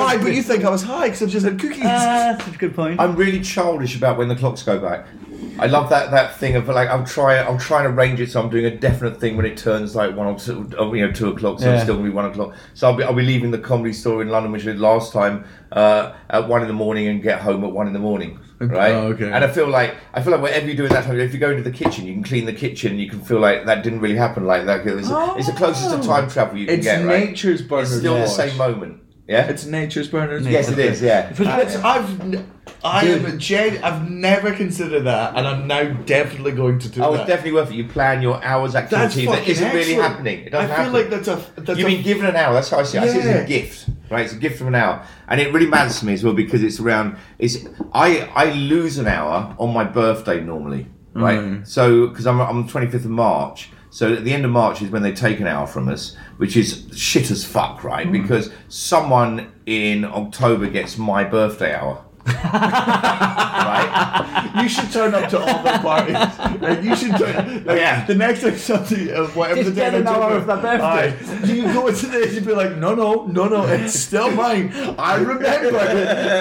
Speaker 2: I, I, but you think I was high because I've just had cookies.
Speaker 1: *laughs* Ah, that's a good point.
Speaker 3: I'm really childish about when the clocks go back. I love that that thing of like I'll try I'll try and arrange it so I'm doing a definite thing when it turns like one or two or, you know two o'clock so it's
Speaker 1: Yeah.
Speaker 3: still gonna be one o'clock. So I'll be I'll be leaving the comedy store in London which I did last time uh, at one in the morning and get home at one in the morning. Right.
Speaker 2: Oh, okay.
Speaker 3: And I feel like I feel like whatever you do in that time, if you go into the kitchen, you can clean the kitchen. and You can feel like that didn't really happen like that. It's, it's the closest to time travel you can
Speaker 2: Oh. it's
Speaker 3: get. Right.
Speaker 2: nature's Bernard.
Speaker 3: It's still the
Speaker 2: Watch.
Speaker 3: same moment. Yeah.
Speaker 2: It's nature's Bernard.
Speaker 3: yes, it is.
Speaker 2: *laughs*
Speaker 3: Yeah.
Speaker 2: That's, I've, n- I am a gen, I've never considered that, and I'm now definitely going to do
Speaker 3: Oh,
Speaker 2: that.
Speaker 3: it's definitely worth it. You plan your hours
Speaker 2: that's
Speaker 3: activity that
Speaker 2: fucking
Speaker 3: isn't really
Speaker 2: excellent.
Speaker 3: happening. It
Speaker 2: I
Speaker 3: doesn't
Speaker 2: feel
Speaker 3: happen.
Speaker 2: like that's a. That's
Speaker 3: You've
Speaker 2: a,
Speaker 3: been given an hour. That's how I see it. I see it
Speaker 2: Yeah.
Speaker 3: as a gift, right? It's a gift from an hour, and it really matters to me as well because it's around. It's I I lose an hour on my birthday normally, right?
Speaker 2: Mm.
Speaker 3: So because I'm I'm twenty fifth of March. So at the end of March is when they take an hour from us, which is shit as fuck,
Speaker 2: Mm.
Speaker 3: right? Because someone in October gets my birthday
Speaker 2: *laughs*
Speaker 3: hour, right?
Speaker 2: you should turn up to all the parties. *laughs* Like, you should turn. Like,
Speaker 3: Yeah.
Speaker 2: The next time something, uh, whatever
Speaker 1: Just
Speaker 2: the day
Speaker 1: get an
Speaker 2: they're
Speaker 1: hour
Speaker 2: doing-
Speaker 1: of their birthday.
Speaker 2: Aye. You go into this, you'd be like, no, no, no, no, it's still mine. I *laughs* remember. it.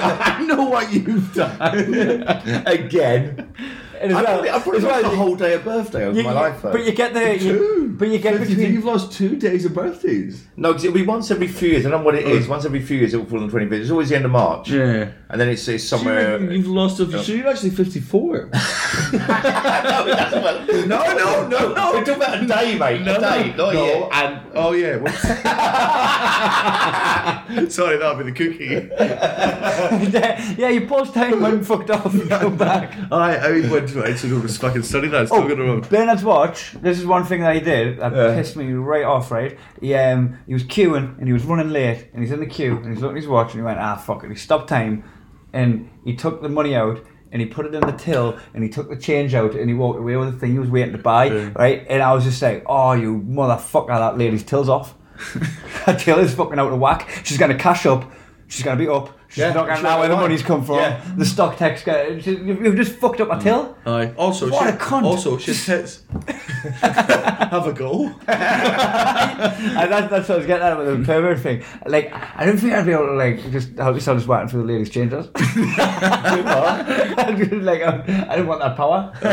Speaker 2: I know what you've done.
Speaker 3: Again.
Speaker 1: And as
Speaker 3: I
Speaker 1: well,
Speaker 3: probably, I probably
Speaker 1: as
Speaker 3: lost
Speaker 1: well,
Speaker 3: a whole day of birthday of
Speaker 1: you-
Speaker 3: my life. Though.
Speaker 1: But you get the, you,
Speaker 2: Two.
Speaker 1: but you get
Speaker 2: So do you think
Speaker 1: between
Speaker 2: you've lost two days of birthdays.
Speaker 3: No, 'cause it'll be once every few years. I don't know what it is. Once every few years, it will fall on the 25th. It's always the end of March.
Speaker 2: Oh. Yeah.
Speaker 3: And then it's, it's
Speaker 2: Do you
Speaker 3: somewhere.
Speaker 2: reckon you've lost a, so you're actually
Speaker 3: *laughs*
Speaker 2: 54.
Speaker 3: no, no, no, no. We're talking about a day, mate. a day, not a year.
Speaker 2: and oh yeah. well- *laughs* Sorry, that'll be the cookie.
Speaker 1: *laughs* yeah, you pause time, went and fucked off, and *laughs* come back.
Speaker 2: I I went to I took over this fucking study that.
Speaker 3: Oh.
Speaker 2: Still going wrong.
Speaker 1: Oh, Bernard's watch. This is one thing that he did that pissed me right off. Right, he um he was queuing and he was running late and he's in the queue and he's looking at his watch and he went ah fuck it. He stopped time, and he took the money out and he put it in the till and he took the change out and he walked away with the thing he was waiting to buy. Right, and I was just like, oh you motherfucker, that lady's till's
Speaker 3: *laughs*
Speaker 1: off. *laughs* Her till is fucking out of whack. She's gonna cash up. She's gonna be up. She's
Speaker 3: Yeah,
Speaker 1: not gonna
Speaker 3: she's
Speaker 1: know where the
Speaker 3: right.
Speaker 1: money's come from.
Speaker 3: Yeah.
Speaker 1: The stock tech's gonna. she- You've just fucked up my till.
Speaker 2: Aye. Also,
Speaker 1: What
Speaker 2: shit,
Speaker 1: a cunt.
Speaker 2: also shit tits. *laughs* Have a
Speaker 3: *laughs*
Speaker 2: go.
Speaker 1: *laughs* and that's, that's what I was getting at with the pervert thing. Like, I don't think I'd be able to, like, just help yourself just waiting for the ladies'
Speaker 2: *laughs*
Speaker 1: changes. *laughs* I'd be like, um, I don't want that
Speaker 2: *laughs*
Speaker 1: power.
Speaker 2: *laughs*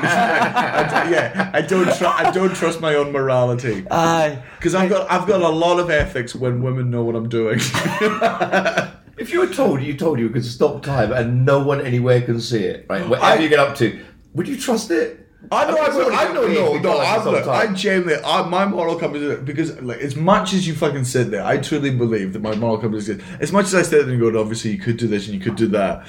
Speaker 2: I d- yeah, I don't tru- I don't trust my own morality
Speaker 1: Aye.
Speaker 2: because I've got I've got a lot of ethics when women know what I'm
Speaker 3: *laughs*
Speaker 2: doing.
Speaker 3: If you were told, you told you could stop time and no one anywhere can see it, right? Whatever you get up to, would you trust it?
Speaker 2: I know, I,
Speaker 3: mean,
Speaker 2: know,
Speaker 3: somebody
Speaker 2: I
Speaker 3: got
Speaker 2: know,
Speaker 3: paid
Speaker 2: no,
Speaker 3: $3
Speaker 2: no,
Speaker 3: to
Speaker 2: I'm,
Speaker 3: stop
Speaker 2: look,
Speaker 3: time.
Speaker 2: I genuinely, I, my moral compass is, because, like, as much as you fucking said there, I truly believe that my moral compass is good. As much as I said there and go, obviously you could do this and you could do that,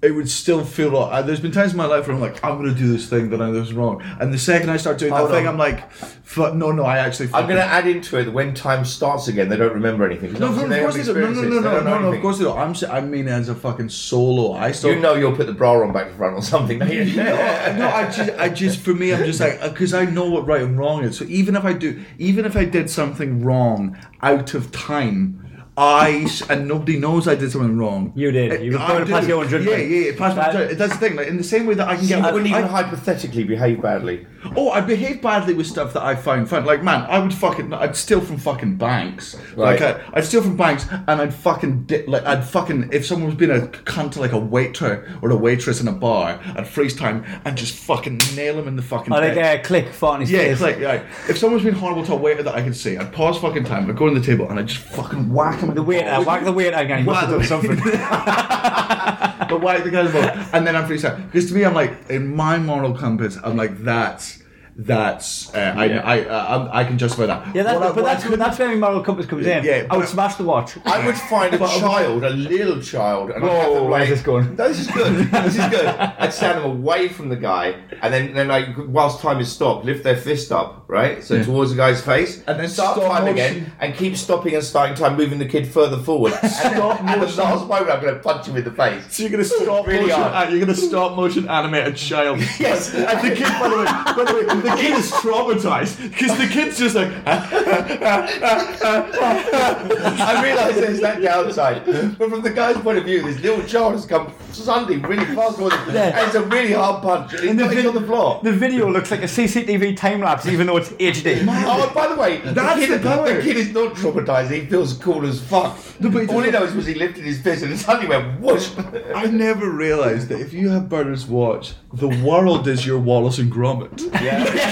Speaker 2: it would still feel like, I, there's been times in my life where I'm like, I'm going to do this thing that I know is wrong. And the second I start doing
Speaker 3: Hold
Speaker 2: that thing,
Speaker 3: on.
Speaker 2: I'm like, fuck, no, no, I actually
Speaker 3: I'm going
Speaker 2: fucking-
Speaker 3: to add into it that when time starts again, they don't remember anything.
Speaker 2: No,
Speaker 3: Obviously,
Speaker 2: of course they
Speaker 3: haven't
Speaker 2: don't. No, no, no,
Speaker 3: experienced it, so they
Speaker 2: no,
Speaker 3: don't know
Speaker 2: no, no, of
Speaker 3: anything.
Speaker 2: course they don't. I'm, s- I mean, as a fucking solo, I still
Speaker 3: You know you'll put the bra on back to front
Speaker 2: *laughs*
Speaker 3: or something. don't you?
Speaker 2: no, no, I just, I just, for me, I'm just like, because I know what right and wrong is. So even if I do, even if I did something wrong out of time, I s- and nobody knows I did something wrong.
Speaker 1: You did. You were
Speaker 2: I
Speaker 1: going to pass
Speaker 2: did.
Speaker 1: your own judgment.
Speaker 2: Yeah, yeah, yeah, pass my
Speaker 1: That-
Speaker 2: judgment. That's the thing. Like in the same way that I can get,
Speaker 3: *laughs* You wouldn't
Speaker 2: I,
Speaker 3: even hypothetically behave badly.
Speaker 2: oh, I behave badly with stuff that I find fun. Like man, I would fucking, I'd steal from fucking banks. Like
Speaker 3: Right.
Speaker 2: I, I'd steal from banks, and I'd fucking, di- like I'd fucking, if someone was being a cunt to like a waiter or a waitress in a bar, I'd freeze time and just fucking nail him in the fucking.
Speaker 1: I like,
Speaker 2: dick.
Speaker 1: uh, click, fart in his
Speaker 2: Yeah,
Speaker 1: face.
Speaker 2: click, yeah. If someone's been horrible to a waiter that I can see, I'd pause fucking time, I'd go on the table and I'd just fucking whack him.
Speaker 1: The waiter, whack the waiter again. He must
Speaker 2: Whack
Speaker 1: have done
Speaker 2: the-
Speaker 1: something. *laughs*
Speaker 2: But whack the guy's ball. And then I'm pretty sad. Because to me, I'm like, in my moral compass, I'm like, that's, that's, uh, I, I, I, I'm- I can justify that.
Speaker 1: Yeah, that's,
Speaker 2: What I-
Speaker 1: but
Speaker 2: what I
Speaker 1: that's,
Speaker 2: couldn't-
Speaker 1: that's where my moral compass comes in.
Speaker 2: Yeah,
Speaker 1: I would
Speaker 2: but-
Speaker 1: smash the watch.
Speaker 3: I would find a child, a little child, and I'd have
Speaker 1: Whoa,
Speaker 3: them
Speaker 1: where's
Speaker 3: like,
Speaker 1: this going?
Speaker 3: No, this is good. This is good. I'd stand them away from the guy, and then, then like, whilst time is stopped, lift their fist up, right, so towards the guy's face,
Speaker 2: And then
Speaker 3: start
Speaker 2: stop
Speaker 3: time
Speaker 2: motion.
Speaker 3: again, and keep stopping and starting time, moving the kid further forward. And
Speaker 2: Stop
Speaker 3: then, at the
Speaker 2: motion.
Speaker 3: last moment, I'm going to punch him in the face.
Speaker 2: *laughs* So you're gonna stop
Speaker 3: Really
Speaker 2: motion.
Speaker 3: hard.
Speaker 2: uh, you're gonna stop motion animate
Speaker 1: *laughs*
Speaker 2: a child.
Speaker 3: Yes.
Speaker 2: and the kid, by the way, by the way, the kid is traumatized because the kid's just like,
Speaker 3: I realise there's that downside, but from the guy's point of view, this little child has come suddenly really fast towards him,
Speaker 1: Yeah.
Speaker 3: and it's a really hard punch, and he's not even on the floor.
Speaker 1: The video looks like a CCTV time lapse, even though it's
Speaker 2: *laughs*
Speaker 1: HD.
Speaker 3: Oh, and by the way,
Speaker 2: That's
Speaker 3: the,
Speaker 2: the
Speaker 3: kid,
Speaker 2: power.
Speaker 3: the kid is not traumatized. He feels cool as fuck.
Speaker 2: but it
Speaker 3: All he
Speaker 2: doesn't-
Speaker 3: knows was he lifted his fist and it suddenly went whoosh.
Speaker 2: I never realised that if you have Bernard's watch, the world is your Wallace and Gromit. Yeah. *laughs*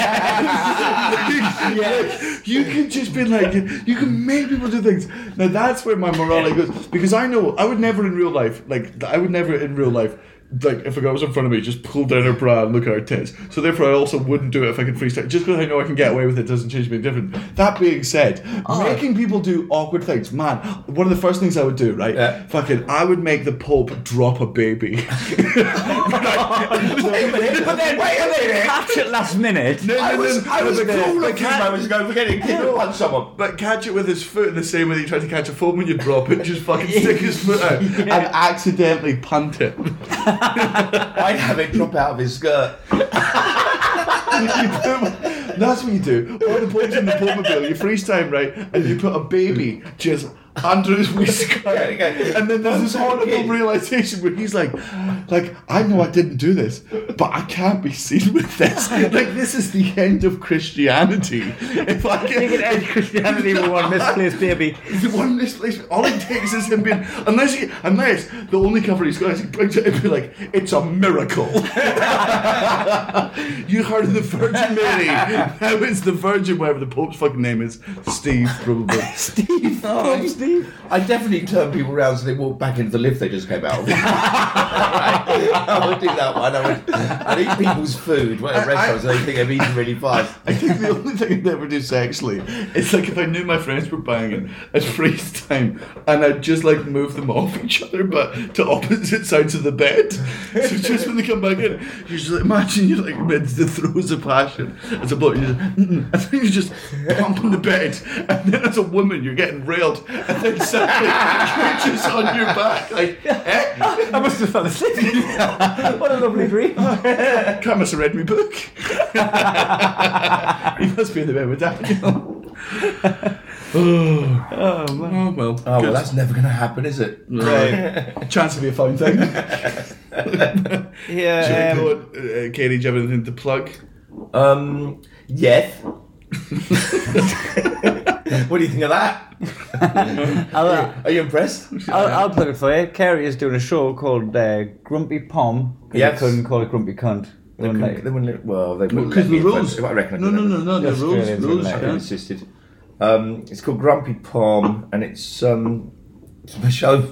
Speaker 2: You can just be like, you can make people do things. Now that's where my morality goes because I know I would never in real life, like I would never in real life. Like if a girl was in front of me, just pull down her bra and look at her tits. So therefore, I also wouldn't do it if I could freestyle. Just because I know I can get away with it doesn't change me different. That being said,
Speaker 3: Oh.
Speaker 2: making people do awkward things, man. One of the first things I would do, right?
Speaker 3: Yeah.
Speaker 2: Fucking, I would make the Pope drop a
Speaker 3: *laughs*
Speaker 2: baby.
Speaker 1: *laughs*
Speaker 2: *laughs*
Speaker 1: But then, wait a minute! Catch it last minute.
Speaker 3: *laughs* I was, I was cool a few
Speaker 2: cat-
Speaker 3: moments ago for getting a kid to punch someone.
Speaker 2: But catch it with his foot in the same way that you try to catch a phone when you drop it, just fucking stick his foot
Speaker 1: *laughs*
Speaker 2: out and accidentally punt it. *laughs*
Speaker 3: I'd have it drop out of his skirt.
Speaker 2: That's what you do. Or the boys in the Popmobile, you freeze time, right? And you put a baby just Andrew's
Speaker 1: *laughs*
Speaker 2: waistcoat. And then there's this horrible realization where he's like, like, I know I didn't do this, but I can't be seen with
Speaker 1: *laughs*
Speaker 2: this. Like, this is the end of Christianity. If I can,
Speaker 1: You can end Christianity with one misplaced baby.
Speaker 2: The one misplacement. All it takes is him being unless he, unless the only cover he's got is he brings it and be like, it's a miracle. *laughs* you heard of the Virgin Mary. Now it's the Virgin, whatever the Pope's fucking name is, Steve probably.
Speaker 1: Steve, oh, Steve.
Speaker 3: I definitely turn people around so they walk back into the lift they just came out of. *laughs* I would do that one. I would I'd eat people's food at restaurants so they think I've eaten really fast. Oh,
Speaker 2: I think the only thing I'd ever do sexually is like if I knew my friends were banging at freeze time and I'd just like move them off each other but to opposite sides of the bed. So just when they come back in, you just like, imagine you're like mid the throes of passion as a bloke, you're just, mm-mm. and then you're just pumping the bed, and then as a woman, you're getting railed, and then suddenly *laughs* you're just on your back, like, eh?
Speaker 1: I must have fell asleep. *laughs* what a lovely dream.
Speaker 2: Cam must have read
Speaker 1: *laughs*
Speaker 2: my book. he must be in the bed with Daniel.
Speaker 1: *laughs*
Speaker 2: oh,
Speaker 1: Oh, man.
Speaker 2: oh well.
Speaker 3: Oh, well,
Speaker 2: Good.
Speaker 3: that's never going to happen, is it? *laughs*
Speaker 2: Right. Chance to be a fine *laughs* thing.
Speaker 1: Yeah, um,
Speaker 2: Go on, uh, Katie, do you have anything to *laughs* plug?
Speaker 3: *laughs* Um, yes. what do you think of that?
Speaker 1: I'll, uh,
Speaker 3: Are you impressed?
Speaker 1: I'll,
Speaker 2: Uh,
Speaker 1: I'll plug it for you. Kerry is doing a show called uh, Grumpy Pom. 'cause
Speaker 3: Yes.
Speaker 1: They couldn't call it Grumpy Cunt. They wouldn't let
Speaker 3: They
Speaker 1: you.
Speaker 3: wouldn't let- well, they wouldn't
Speaker 2: Because
Speaker 3: let me,
Speaker 2: the rules.
Speaker 3: but I reckon I
Speaker 2: No,
Speaker 3: could
Speaker 2: no,
Speaker 3: let
Speaker 2: no,
Speaker 3: them.
Speaker 2: no. The
Speaker 1: Yes,
Speaker 2: rules,
Speaker 1: Australians
Speaker 2: rules.
Speaker 1: will let
Speaker 3: I
Speaker 2: yeah.
Speaker 3: insisted. Um, it's called Grumpy Palm, and it's um, it's my show.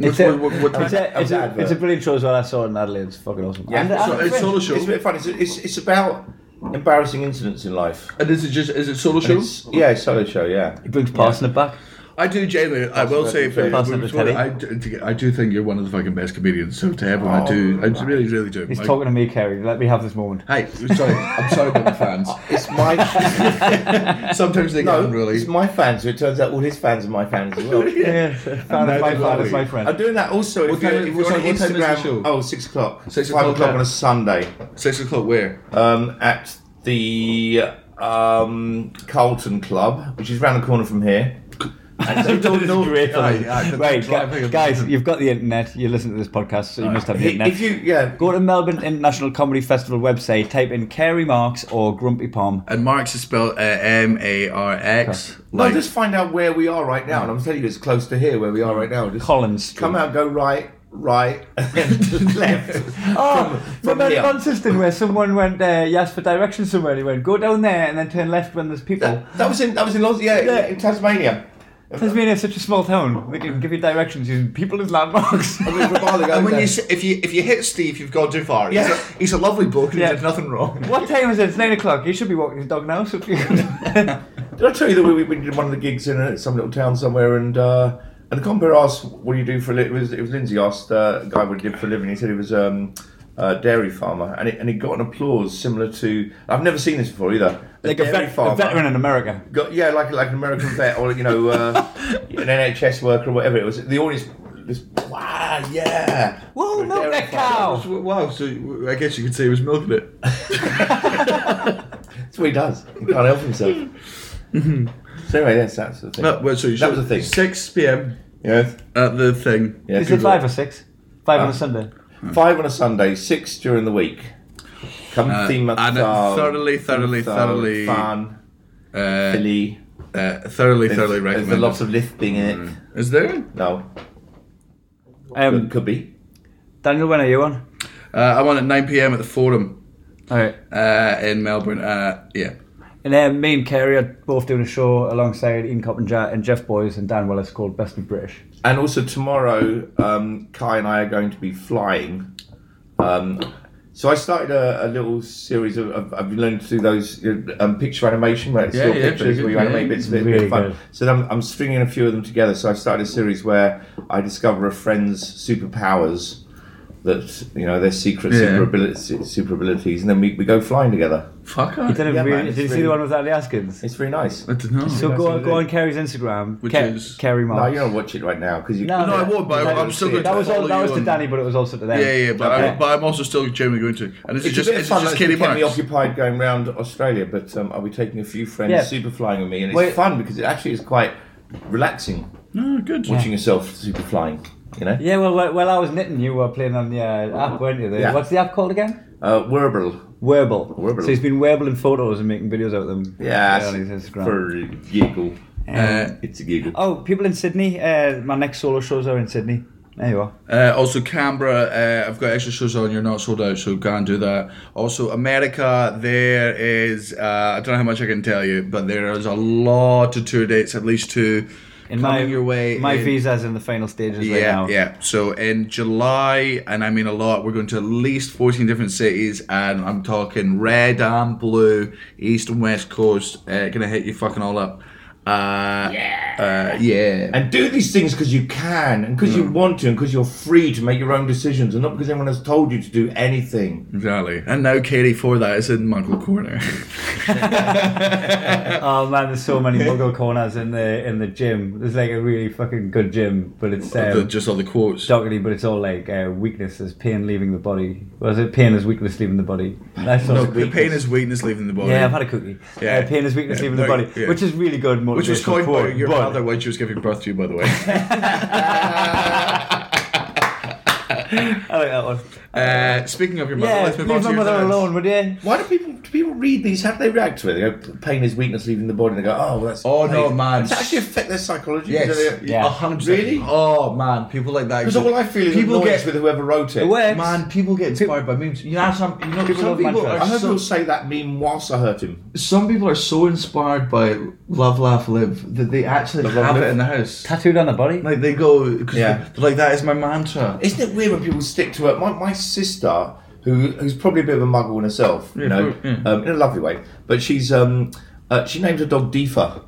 Speaker 1: It's
Speaker 2: What-
Speaker 1: a-
Speaker 2: what- what-
Speaker 1: it's a-
Speaker 3: that was
Speaker 1: it's a-
Speaker 3: advert.
Speaker 1: it's a brilliant show as well. I saw it in Adelaide. It's fucking awesome. And- uh, and-
Speaker 2: so it's solo show.
Speaker 3: It's a bit funny. It's, it's, it's about embarrassing incidents in life.
Speaker 2: And is it just is it solo
Speaker 3: It's,
Speaker 2: shows?
Speaker 3: yeah, it's solo show. Yeah.
Speaker 1: He brings Parsnip back.
Speaker 2: I do genuinely. I will say, for,
Speaker 1: Pass it to Teddy.
Speaker 2: I, do, I do think you're one of the fucking best comedians. So to everyone, I do. I really, really do.
Speaker 1: Oh, He's
Speaker 2: Like-
Speaker 1: talking to me, Kerry. Let me have this moment.
Speaker 2: Hey, sorry. I'm sorry about
Speaker 1: *laughs*
Speaker 2: the fans.
Speaker 3: It's my
Speaker 2: *laughs* Sometimes they
Speaker 3: no,
Speaker 2: get unruly.
Speaker 3: it's my fans. So it turns out all his fans are my fans as well.
Speaker 2: *laughs*
Speaker 1: Yeah, fan
Speaker 2: now
Speaker 1: is my
Speaker 2: they're
Speaker 1: fan is my
Speaker 2: lovely.
Speaker 1: friend.
Speaker 3: *laughs* I'm doing that also. If
Speaker 2: What
Speaker 3: you're,
Speaker 2: time- what
Speaker 3: if you're on
Speaker 2: time- what time is the show?
Speaker 3: Instagram, oh, six o'clock.
Speaker 2: Six
Speaker 3: Five
Speaker 2: o'clock,
Speaker 3: o'clock
Speaker 2: yeah.
Speaker 3: on a Sunday.
Speaker 2: Six o'clock. Where?
Speaker 3: um, at the um, Carlton Club, which is round the corner from here. And so don't know-
Speaker 1: Great
Speaker 2: Aye,
Speaker 1: fun.
Speaker 2: aye, that's
Speaker 1: right,
Speaker 2: right, I
Speaker 1: gu-
Speaker 2: think
Speaker 1: guys,
Speaker 2: I'm-
Speaker 1: you've got the internet. You listen to this podcast, so you must have the internet.
Speaker 3: if you yeah,
Speaker 1: Go to Melbourne International Comedy Festival website, type in Kerry Marks or Grumpy Pom.
Speaker 2: And Marx is spelled uh, M A R X.
Speaker 3: no, just find out where we are right now, and I'm telling you, it's close to here where we are right now. Just
Speaker 1: Collins Street.
Speaker 3: come out, go right, right, *laughs* and then to the left.
Speaker 1: *laughs* Oh,
Speaker 3: from
Speaker 1: remember
Speaker 3: here.
Speaker 1: that Launceston where someone went, uh, he asked for directions somewhere and he went, go down there and then turn left when there's people.
Speaker 3: That, that was in that was in Los, yeah,
Speaker 1: Yeah.
Speaker 3: in Tasmania.
Speaker 1: Tasmania is such a small town. They can give you directions using people as landmarks.
Speaker 3: I mean, Ramallah goes
Speaker 2: And when
Speaker 3: there.
Speaker 2: you s- if you if you hit Steve, you've gone too far. He's,
Speaker 3: Yeah.
Speaker 2: a, he's a lovely bloke and
Speaker 1: Yeah.
Speaker 2: he did nothing wrong.
Speaker 1: what time is it? It's 9 o'clock. You should be walking your dog now. So
Speaker 3: *laughs* Did I tell you that we, we did one of the gigs in uh, some little town somewhere and uh, and the compere asked, "What do you do for a living?" It was, it was Lindsay asked uh, a guy what he did for a living. He said he was um, a dairy farmer, and it, and he got an applause similar to I've never seen this before either. dairy farmer
Speaker 1: veteran in America.
Speaker 3: got yeah, like like an American vet or you know
Speaker 1: *laughs*
Speaker 3: uh, an NHS worker or whatever it was. The audience just wow, yeah.
Speaker 1: Whoa, milk
Speaker 3: dairy
Speaker 1: that
Speaker 3: farmer.
Speaker 1: cow!
Speaker 2: Wow, so I guess you could say he was milking it.
Speaker 1: *laughs*
Speaker 2: *laughs*
Speaker 3: That's what he does. He can't help himself. so anyway, yes, that's the thing.
Speaker 2: No, well, so you
Speaker 3: that
Speaker 2: should-
Speaker 3: was the thing.
Speaker 2: 6 p.m.
Speaker 3: Yes.
Speaker 2: at the thing.
Speaker 3: Yeah,
Speaker 1: *laughs* Is it
Speaker 3: Google
Speaker 1: five or six? Five on a Sunday.
Speaker 3: Five on a Sunday, six during the week. Come
Speaker 2: Uh,
Speaker 3: theme
Speaker 2: and it
Speaker 3: thou-
Speaker 2: thoroughly, thoroughly,
Speaker 3: thou-
Speaker 2: thoroughly,
Speaker 3: fun,
Speaker 2: Uh,
Speaker 3: silly.
Speaker 2: uh, thoroughly, thoroughly Mm.
Speaker 3: There's-
Speaker 2: recommend.
Speaker 3: There's lots of lifting in it.
Speaker 2: Is there?
Speaker 3: No,
Speaker 1: Um,
Speaker 3: could be.
Speaker 1: Daniel, when are you on?
Speaker 2: Uh, I'm on at 9 p.m. at the Forum
Speaker 1: All right.
Speaker 2: uh, in Melbourne. Uh, yeah.
Speaker 1: And um, me and Kerry are both doing a show alongside Ian Coppinger and Jeff Boys and Dan Willis called Best of British.
Speaker 3: And also tomorrow, um, Kai and I are going to be flying. Um, so I started a, a little series of, of I've been learning to do those you know, um, picture animation, where it's
Speaker 2: Yeah,
Speaker 3: little
Speaker 2: yeah, very
Speaker 3: pictures
Speaker 2: good,
Speaker 3: where you
Speaker 2: yeah.
Speaker 3: animate bits of it, a bit
Speaker 1: Really
Speaker 3: of fun.
Speaker 1: good.
Speaker 3: So I'm, I'm stringing a few of them together. So I started a series where I discover a friend's superpowers, that you know their secret
Speaker 2: Yeah.
Speaker 3: super, abilities, super abilities, and then we, we go flying together.
Speaker 2: Fuck I.
Speaker 1: Did, it
Speaker 3: Yeah,
Speaker 1: really-
Speaker 3: man,
Speaker 1: did
Speaker 3: it's
Speaker 1: you see
Speaker 3: really-
Speaker 1: the one with Ali Askins?
Speaker 3: It's very nice.
Speaker 2: I don't know.
Speaker 1: So go on,
Speaker 3: what
Speaker 1: go
Speaker 3: it
Speaker 1: on Kerry's Instagram.
Speaker 2: Which
Speaker 1: Ke-
Speaker 2: is-
Speaker 1: Kerry
Speaker 3: No,
Speaker 1: Marks.
Speaker 3: you don't watch it right now because you.
Speaker 1: No,
Speaker 2: no, I
Speaker 1: Yeah.
Speaker 2: won't, but I- I'm still going
Speaker 1: that
Speaker 2: to
Speaker 1: was all,
Speaker 2: follow
Speaker 1: that was
Speaker 2: you
Speaker 1: to
Speaker 2: on-
Speaker 1: Danny, but it was also to them.
Speaker 2: Yeah, yeah, but,
Speaker 1: Okay.
Speaker 2: I, but I'm also still genuinely going to. And this
Speaker 3: It's
Speaker 2: is just,
Speaker 3: a bit
Speaker 2: it's
Speaker 3: fun.
Speaker 2: just
Speaker 3: that's
Speaker 2: Katie
Speaker 3: kept me
Speaker 2: Marks.
Speaker 3: occupied going round Australia, but um, I'll be taking a few friends
Speaker 1: Yeah.
Speaker 3: super flying with me, and it's
Speaker 1: Wait.
Speaker 3: fun because it actually is quite relaxing.
Speaker 2: No, good.
Speaker 3: Watching yourself super flying, you know?
Speaker 1: Yeah, well, well, while I was knitting, you were playing on the uh, app, weren't you? The,
Speaker 3: Yeah.
Speaker 1: What's the app called again?
Speaker 3: Uh, Werble.
Speaker 1: Werble.
Speaker 3: Werble.
Speaker 1: So he's been werbling photos and making videos out of them.
Speaker 3: Yeah,
Speaker 1: on his
Speaker 3: it's
Speaker 1: Instagram. Um,
Speaker 3: for a giggle.
Speaker 2: Uh,
Speaker 3: It's a giggle.
Speaker 1: Oh, people in Sydney. Uh, my next solo shows are in Sydney. There you are.
Speaker 2: Uh, also, Canberra, uh, I've got extra shows on. You're not sold out, so go and do that. Also, America, there is, uh, I don't know how much I can tell you, but there is a lot of tour dates, at least two,
Speaker 1: In
Speaker 2: coming
Speaker 1: my
Speaker 2: your way.
Speaker 1: My
Speaker 2: in-
Speaker 1: visa's in the final stages right
Speaker 2: Yeah,
Speaker 1: now.
Speaker 2: yeah. So in July, and I mean a lot, we're going to at least 14 different cities, and I'm talking red and blue, east and west coast. Uh, gonna hit you fucking all up. Uh, yeah. Uh, yeah.
Speaker 3: And do these things because you can, and because
Speaker 2: Mm.
Speaker 3: you want to, and because you're free to make your own decisions, and not because anyone has told you to do anything.
Speaker 2: Exactly. And now Katie for that is in Muggle Corner. *laughs*
Speaker 1: Oh man, there's so many Muggle corners in the in the gym. There's like a really fucking good gym, but it's
Speaker 2: The-
Speaker 1: um,
Speaker 2: just all the quotes.
Speaker 1: doggedly, but it's all like uh, weaknesses, pain leaving the body. Was it pain is weakness leaving the body? That's
Speaker 2: No,
Speaker 1: not
Speaker 2: the
Speaker 1: weakness.
Speaker 2: pain is weakness leaving the body.
Speaker 1: Yeah, I've had a cookie.
Speaker 2: Yeah.
Speaker 1: Yeah, pain is weakness
Speaker 2: Yeah,
Speaker 1: leaving
Speaker 2: no,
Speaker 1: the body,
Speaker 2: yeah.
Speaker 1: which is really good. Motivational
Speaker 2: Which was coined by
Speaker 1: quote,
Speaker 2: your
Speaker 1: but-
Speaker 2: mother when she was giving birth to you, by the *laughs* way.
Speaker 1: I like that one.
Speaker 2: uh, speaking of your mother,
Speaker 1: Yeah,
Speaker 2: let's
Speaker 1: leave
Speaker 2: move on to
Speaker 1: my
Speaker 2: your
Speaker 1: mother
Speaker 2: dads.
Speaker 1: alone, would you?
Speaker 3: Why do people do people read these? How do they react to it? They go, pain is weakness leaving the body. And they go, oh, well, that's.
Speaker 2: Oh, no, man.
Speaker 3: Does that actually affect their psychology?
Speaker 2: Yes.
Speaker 1: Yeah.
Speaker 2: A hundred percent.
Speaker 3: Really?
Speaker 2: Oh, man. People like that.
Speaker 3: Because all I feel is
Speaker 2: people
Speaker 3: annoyance
Speaker 2: get
Speaker 3: with whoever wrote it.
Speaker 1: It works.
Speaker 2: Man, people get inspired by memes. You know, some, you know
Speaker 1: People
Speaker 2: some
Speaker 1: love
Speaker 2: people
Speaker 1: Manfred.
Speaker 2: are
Speaker 3: I heard
Speaker 2: so,
Speaker 3: people say that meme whilst I hurt him.
Speaker 2: some people are so inspired by love, laugh, live that they actually
Speaker 3: Laugh,
Speaker 2: have it
Speaker 3: Live.
Speaker 2: in the house.
Speaker 1: Tattooed on the
Speaker 2: *laughs*
Speaker 1: body.
Speaker 2: Like they go, cause
Speaker 3: Yeah.
Speaker 2: they're like that is my mantra.
Speaker 3: Isn't it weird when people stick to it? My, my sister, who who's probably a bit of a muggle in herself, you know,
Speaker 2: yeah.
Speaker 3: um, in a lovely way, but she's um, uh, she named her dog Deefa,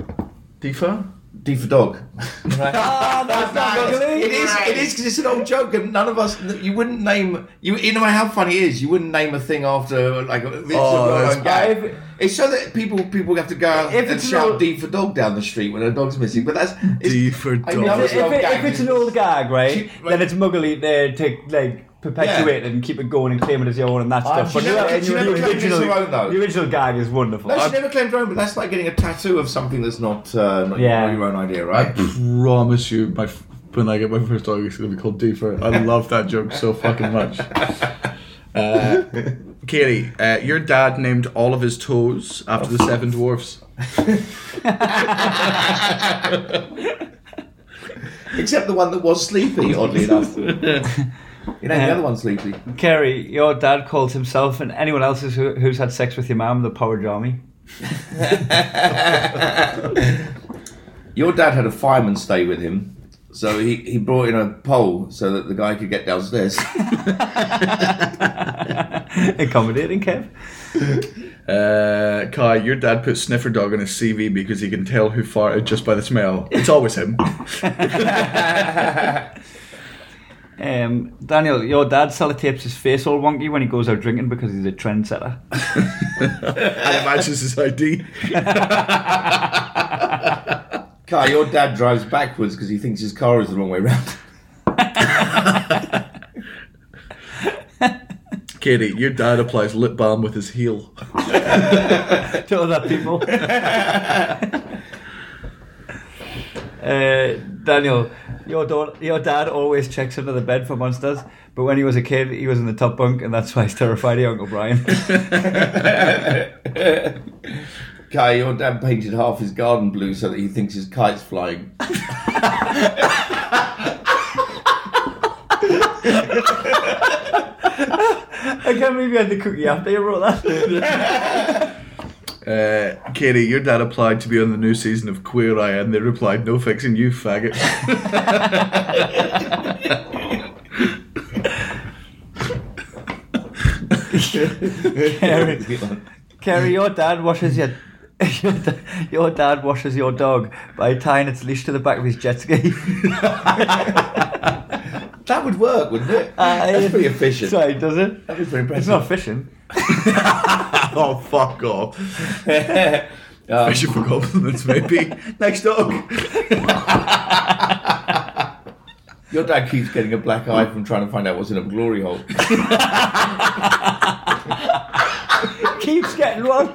Speaker 2: Tifa.
Speaker 3: Deefa dog. *laughs*
Speaker 1: Ah, that's not Muggle-y.
Speaker 3: It is, it is, because it's an old joke, and none of us. You wouldn't name you. You know how funny it is. You wouldn't name a thing after like. a- It's,
Speaker 2: Oh,
Speaker 3: a
Speaker 2: that's-
Speaker 3: well-known gag.
Speaker 1: I've-
Speaker 3: it's so that people people have to go out
Speaker 1: If
Speaker 3: and
Speaker 1: it's an
Speaker 3: shout
Speaker 1: old-
Speaker 3: D for dog down the street when a dog's missing. But that's it's-
Speaker 2: D for
Speaker 3: I
Speaker 2: dog.
Speaker 3: know
Speaker 1: If,
Speaker 3: it's an old
Speaker 1: it, if
Speaker 3: gag.
Speaker 1: it's an old gag, right,
Speaker 3: She- right.
Speaker 1: then it's muggly uh, to like perpetuate it and keep it going and claim it as your own and that
Speaker 3: Ah,
Speaker 1: stuff.
Speaker 3: she never- she never claimed it's her own, though.
Speaker 1: the original gag is wonderful.
Speaker 3: No, she never claimed her own, but that's like getting a tattoo of something that's not, uh, not
Speaker 1: Yeah.
Speaker 3: your, your own
Speaker 1: *laughs*
Speaker 3: idea, right? *laughs*
Speaker 2: promise you, my f- when I get my first dog, it's gonna be called Deeper. I love that joke so fucking
Speaker 3: *laughs*
Speaker 2: much. Uh, Katie, uh, your dad named all of his toes after the seven dwarfs.
Speaker 3: Except the one that was sleepy, oddly enough. you know, the other one's sleepy.
Speaker 1: *laughs* Kerry, your dad calls himself and anyone else who's, who's had sex with your mum the porridge army.
Speaker 3: *laughs* Your dad had a fireman stay with him, so he, he brought in a pole so that the guy could get
Speaker 1: *laughs*
Speaker 3: downstairs.
Speaker 1: *laughs* Accommodating, Kev.
Speaker 2: *laughs* Uh, Kai, your dad put sniffer dog on his CV because he can tell who farted just by the smell. It's always
Speaker 3: *laughs*
Speaker 2: him. *laughs*
Speaker 1: Um, Daniel, your dad sellotapes his face all wonky when he goes out drinking because he's a
Speaker 3: *laughs*
Speaker 1: trendsetter. *laughs*
Speaker 2: and it matches his ID.
Speaker 3: Car, your dad drives backwards because he thinks his car is the wrong way
Speaker 1: *laughs*
Speaker 3: round.
Speaker 2: Katie, your dad applies lip balm with his
Speaker 3: *laughs*
Speaker 2: heel.
Speaker 1: to other people. *laughs* uh, Daniel, your, da- your dad always checks under the bed for monsters, but when he was a kid, he was in the top bunk, and that's why he's terrified of Uncle
Speaker 3: *laughs*
Speaker 1: Brian.
Speaker 3: Kai, your dad painted half his garden blue so that he thinks his kite's flying.
Speaker 1: I can't believe you had the cookie after you wrote that.
Speaker 2: Uh, Katie, your dad applied to be on the new season of Queer Eye, and they replied, "No fixing you, faggot." *laughs*
Speaker 3: *laughs*
Speaker 1: Kerry, Kerry, your dad washes your. *laughs* Your, da- your dad washes your dog by tying its leash to the back of his jet ski.
Speaker 3: *laughs* That would work, wouldn't it? *laughs* That's pretty efficient.
Speaker 1: Uh, Sorry, does it?
Speaker 3: That'd be pretty
Speaker 1: It's
Speaker 3: impressive.
Speaker 1: not fishing.
Speaker 2: oh, fuck off!
Speaker 3: Um,
Speaker 2: Bishop of Compliments, maybe. Next dog.
Speaker 3: Your dad keeps getting a black eye from trying to find out what's in a
Speaker 1: *laughs*
Speaker 3: glory hole.
Speaker 1: Keeps getting one.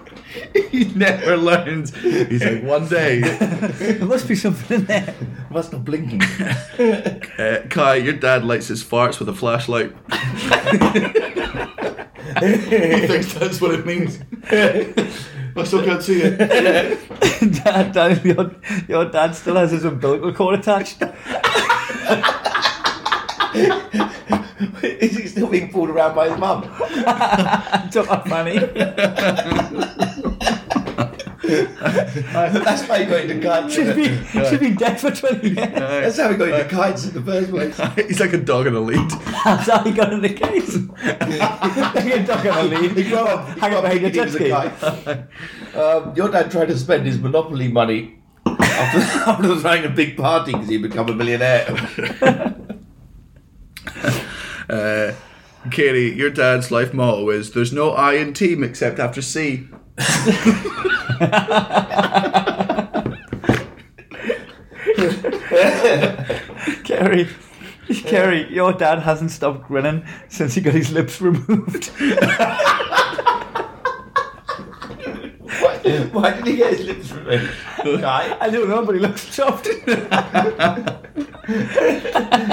Speaker 2: he never learns. He's like, one day,
Speaker 1: There must be something in there. *laughs*
Speaker 3: Must not blinking.
Speaker 2: uh, Kai, your dad lights his farts with a flashlight. *laughs* he thinks that's what it means. I still can't see it.
Speaker 1: dad, dad, your, your dad still has his umbilical cord attached. *laughs*
Speaker 3: *laughs* Is he still being pulled around by his *laughs* mum?
Speaker 1: Took my money.
Speaker 3: That's how he got into kites.
Speaker 1: Should be, should be dead for 20 years.
Speaker 3: That's how he got into kites in the first *laughs* place.
Speaker 2: *laughs* He's like a dog in a lead.
Speaker 1: That's how he got in the case. You're not going to leave.
Speaker 3: He grew up.
Speaker 1: Hang on, behind your
Speaker 3: he was
Speaker 1: jet ski.
Speaker 3: a kite. Um, your dad tried to spend his Monopoly money after, *laughs* after throwing a big party because he'd become a millionaire. *laughs*
Speaker 2: Uh, Katie, your dad's life motto is there's no I in team except after C.
Speaker 1: *laughs* Kerry, Kerry, your dad hasn't stopped grinning since he got his lips removed.
Speaker 3: Why, why did he get his lips removed? Guy, *laughs*
Speaker 1: I don't know, but he looks chuffed.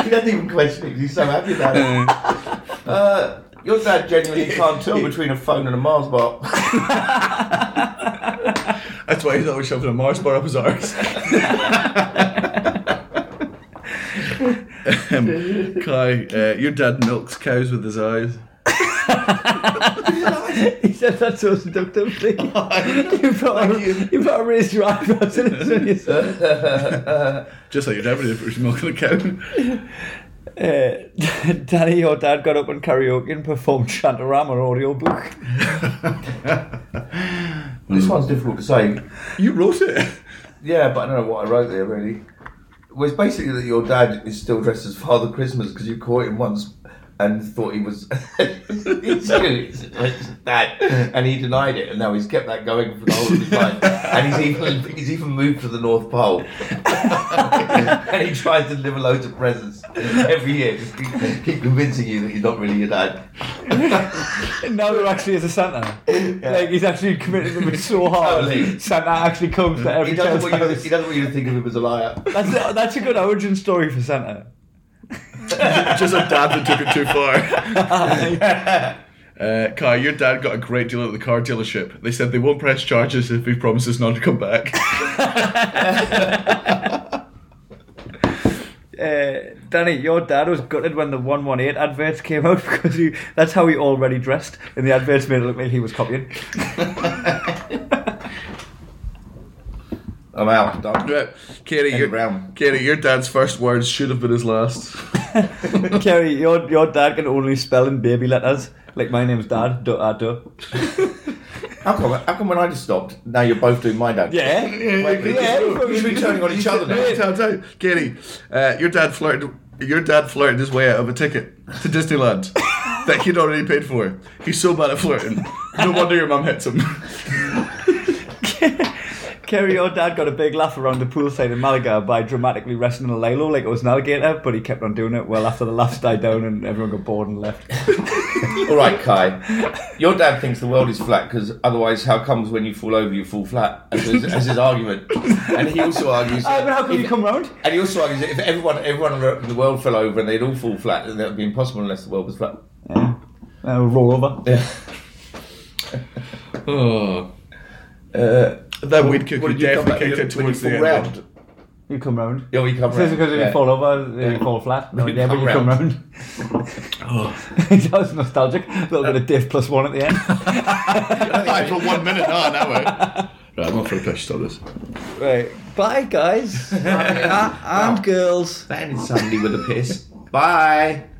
Speaker 3: he doesn't even question it 'cause he's so happy about it. Uh, your dad genuinely can't tell between a phone and a Mars bar. *laughs*
Speaker 2: That's why he's always shoving a Mars bar up his arse. *laughs* um, Kai, uh, your dad milks cows with his eyes.
Speaker 1: he said that so
Speaker 3: *laughs*
Speaker 1: seductively.
Speaker 3: Oh,
Speaker 1: you better you better raise your eyebrows at it
Speaker 3: *laughs*
Speaker 1: when you say
Speaker 2: Just like your dad would if he was milking a cow.
Speaker 1: it. Uh, *laughs* Danny, your dad got up on karaoke and performed Shantarama audiobook.
Speaker 3: this one's difficult to say.
Speaker 2: You wrote *laughs* it.
Speaker 3: Yeah, but I don't know what I wrote there really. Well, it's basically that your dad is still dressed as Father Christmas because you caught him once and thought he was *laughs* It's you, it's- it's dad, and he denied it, and now he's kept that going for the whole of his life, and he's even he's even moved to the North Pole, *laughs* *laughs* and he tries to deliver loads of presents every year, just keep, keep convincing you that he's not really your dad.
Speaker 1: And now there actually is a Santa. Like he's actually committed them so hard.
Speaker 3: Totally.
Speaker 1: Santa actually comes to
Speaker 3: He
Speaker 1: every
Speaker 3: doesn't,
Speaker 1: child's
Speaker 3: want you to,
Speaker 1: house.
Speaker 3: he doesn't want you to think of him as a liar.
Speaker 1: That's, that's a good origin story for
Speaker 3: *laughs*
Speaker 1: Santa. *laughs*
Speaker 2: Just a dad that took it too far. Uh, Kai, your dad got a great deal at the car dealership. They said they won't press charges if he promises not to come back.
Speaker 1: uh, Danny, your dad was gutted when the 118 adverts came out *laughs* because he, that's how he already dressed, and the adverts made it look like he was copying. *laughs*
Speaker 3: I'm out. Done.
Speaker 2: Right, Katie, your,
Speaker 3: Brown.
Speaker 2: Katie, your dad's first words should have been his last.
Speaker 1: Kerry, your, your dad can only spell in baby letters. Like, my name's Dad, ah, do, I do.
Speaker 3: How come? How come when I just stopped, now you're both doing my dad?
Speaker 1: Yeah.
Speaker 3: Yeah, we should be turning on each other
Speaker 2: Hey,
Speaker 3: now.
Speaker 2: time, time. Katie, uh, your dad flirted. Your dad flirted his way out of a ticket to
Speaker 3: *laughs*
Speaker 2: Disneyland that he'd already paid for. He's so bad at flirting. No wonder your mum hits him.
Speaker 1: *laughs* Kerry, your dad got a big laugh around the poolside in Malaga by dramatically resting a lilo like it was an alligator, but he kept on doing it well after the laughs died down and everyone got bored and left. *laughs*
Speaker 3: All right, Kai. Your dad thinks the world is flat because otherwise, how comes when you fall over you fall flat? As his, as his argument, *laughs* and he also argues.
Speaker 1: Ah, but how come
Speaker 3: if-
Speaker 1: you come round?
Speaker 3: And he also argues that if everyone everyone in the world fell over and they'd all fall flat, then that would be impossible unless the world was *laughs* flat.
Speaker 1: Uh, roll over.
Speaker 3: Yeah.
Speaker 2: Oh.
Speaker 3: Uh,
Speaker 2: That weed kick you
Speaker 3: did you come
Speaker 2: definitely
Speaker 3: back
Speaker 2: kicked
Speaker 3: when
Speaker 2: it
Speaker 3: you- when you
Speaker 2: towards
Speaker 3: fall
Speaker 2: the
Speaker 3: round?
Speaker 2: end.
Speaker 1: You come round.
Speaker 3: Yeah, we come round.
Speaker 1: This is because if
Speaker 3: yeah.
Speaker 1: you fall over, you fall flat. No,
Speaker 3: You
Speaker 1: yeah, but
Speaker 3: come
Speaker 1: you come
Speaker 3: round.
Speaker 1: round. *laughs*
Speaker 2: *laughs*
Speaker 1: that was nostalgic. A little bit of Dave plus one at the
Speaker 3: *laughs*
Speaker 1: end. *laughs*
Speaker 2: Aye, for one minute, no, an hour. *laughs* Right, I'm off for a pitch, stop this.
Speaker 1: right.
Speaker 3: *laughs*
Speaker 1: Bye, guys. Uh, and girls.
Speaker 3: That ended suddenly with a piss. Bye.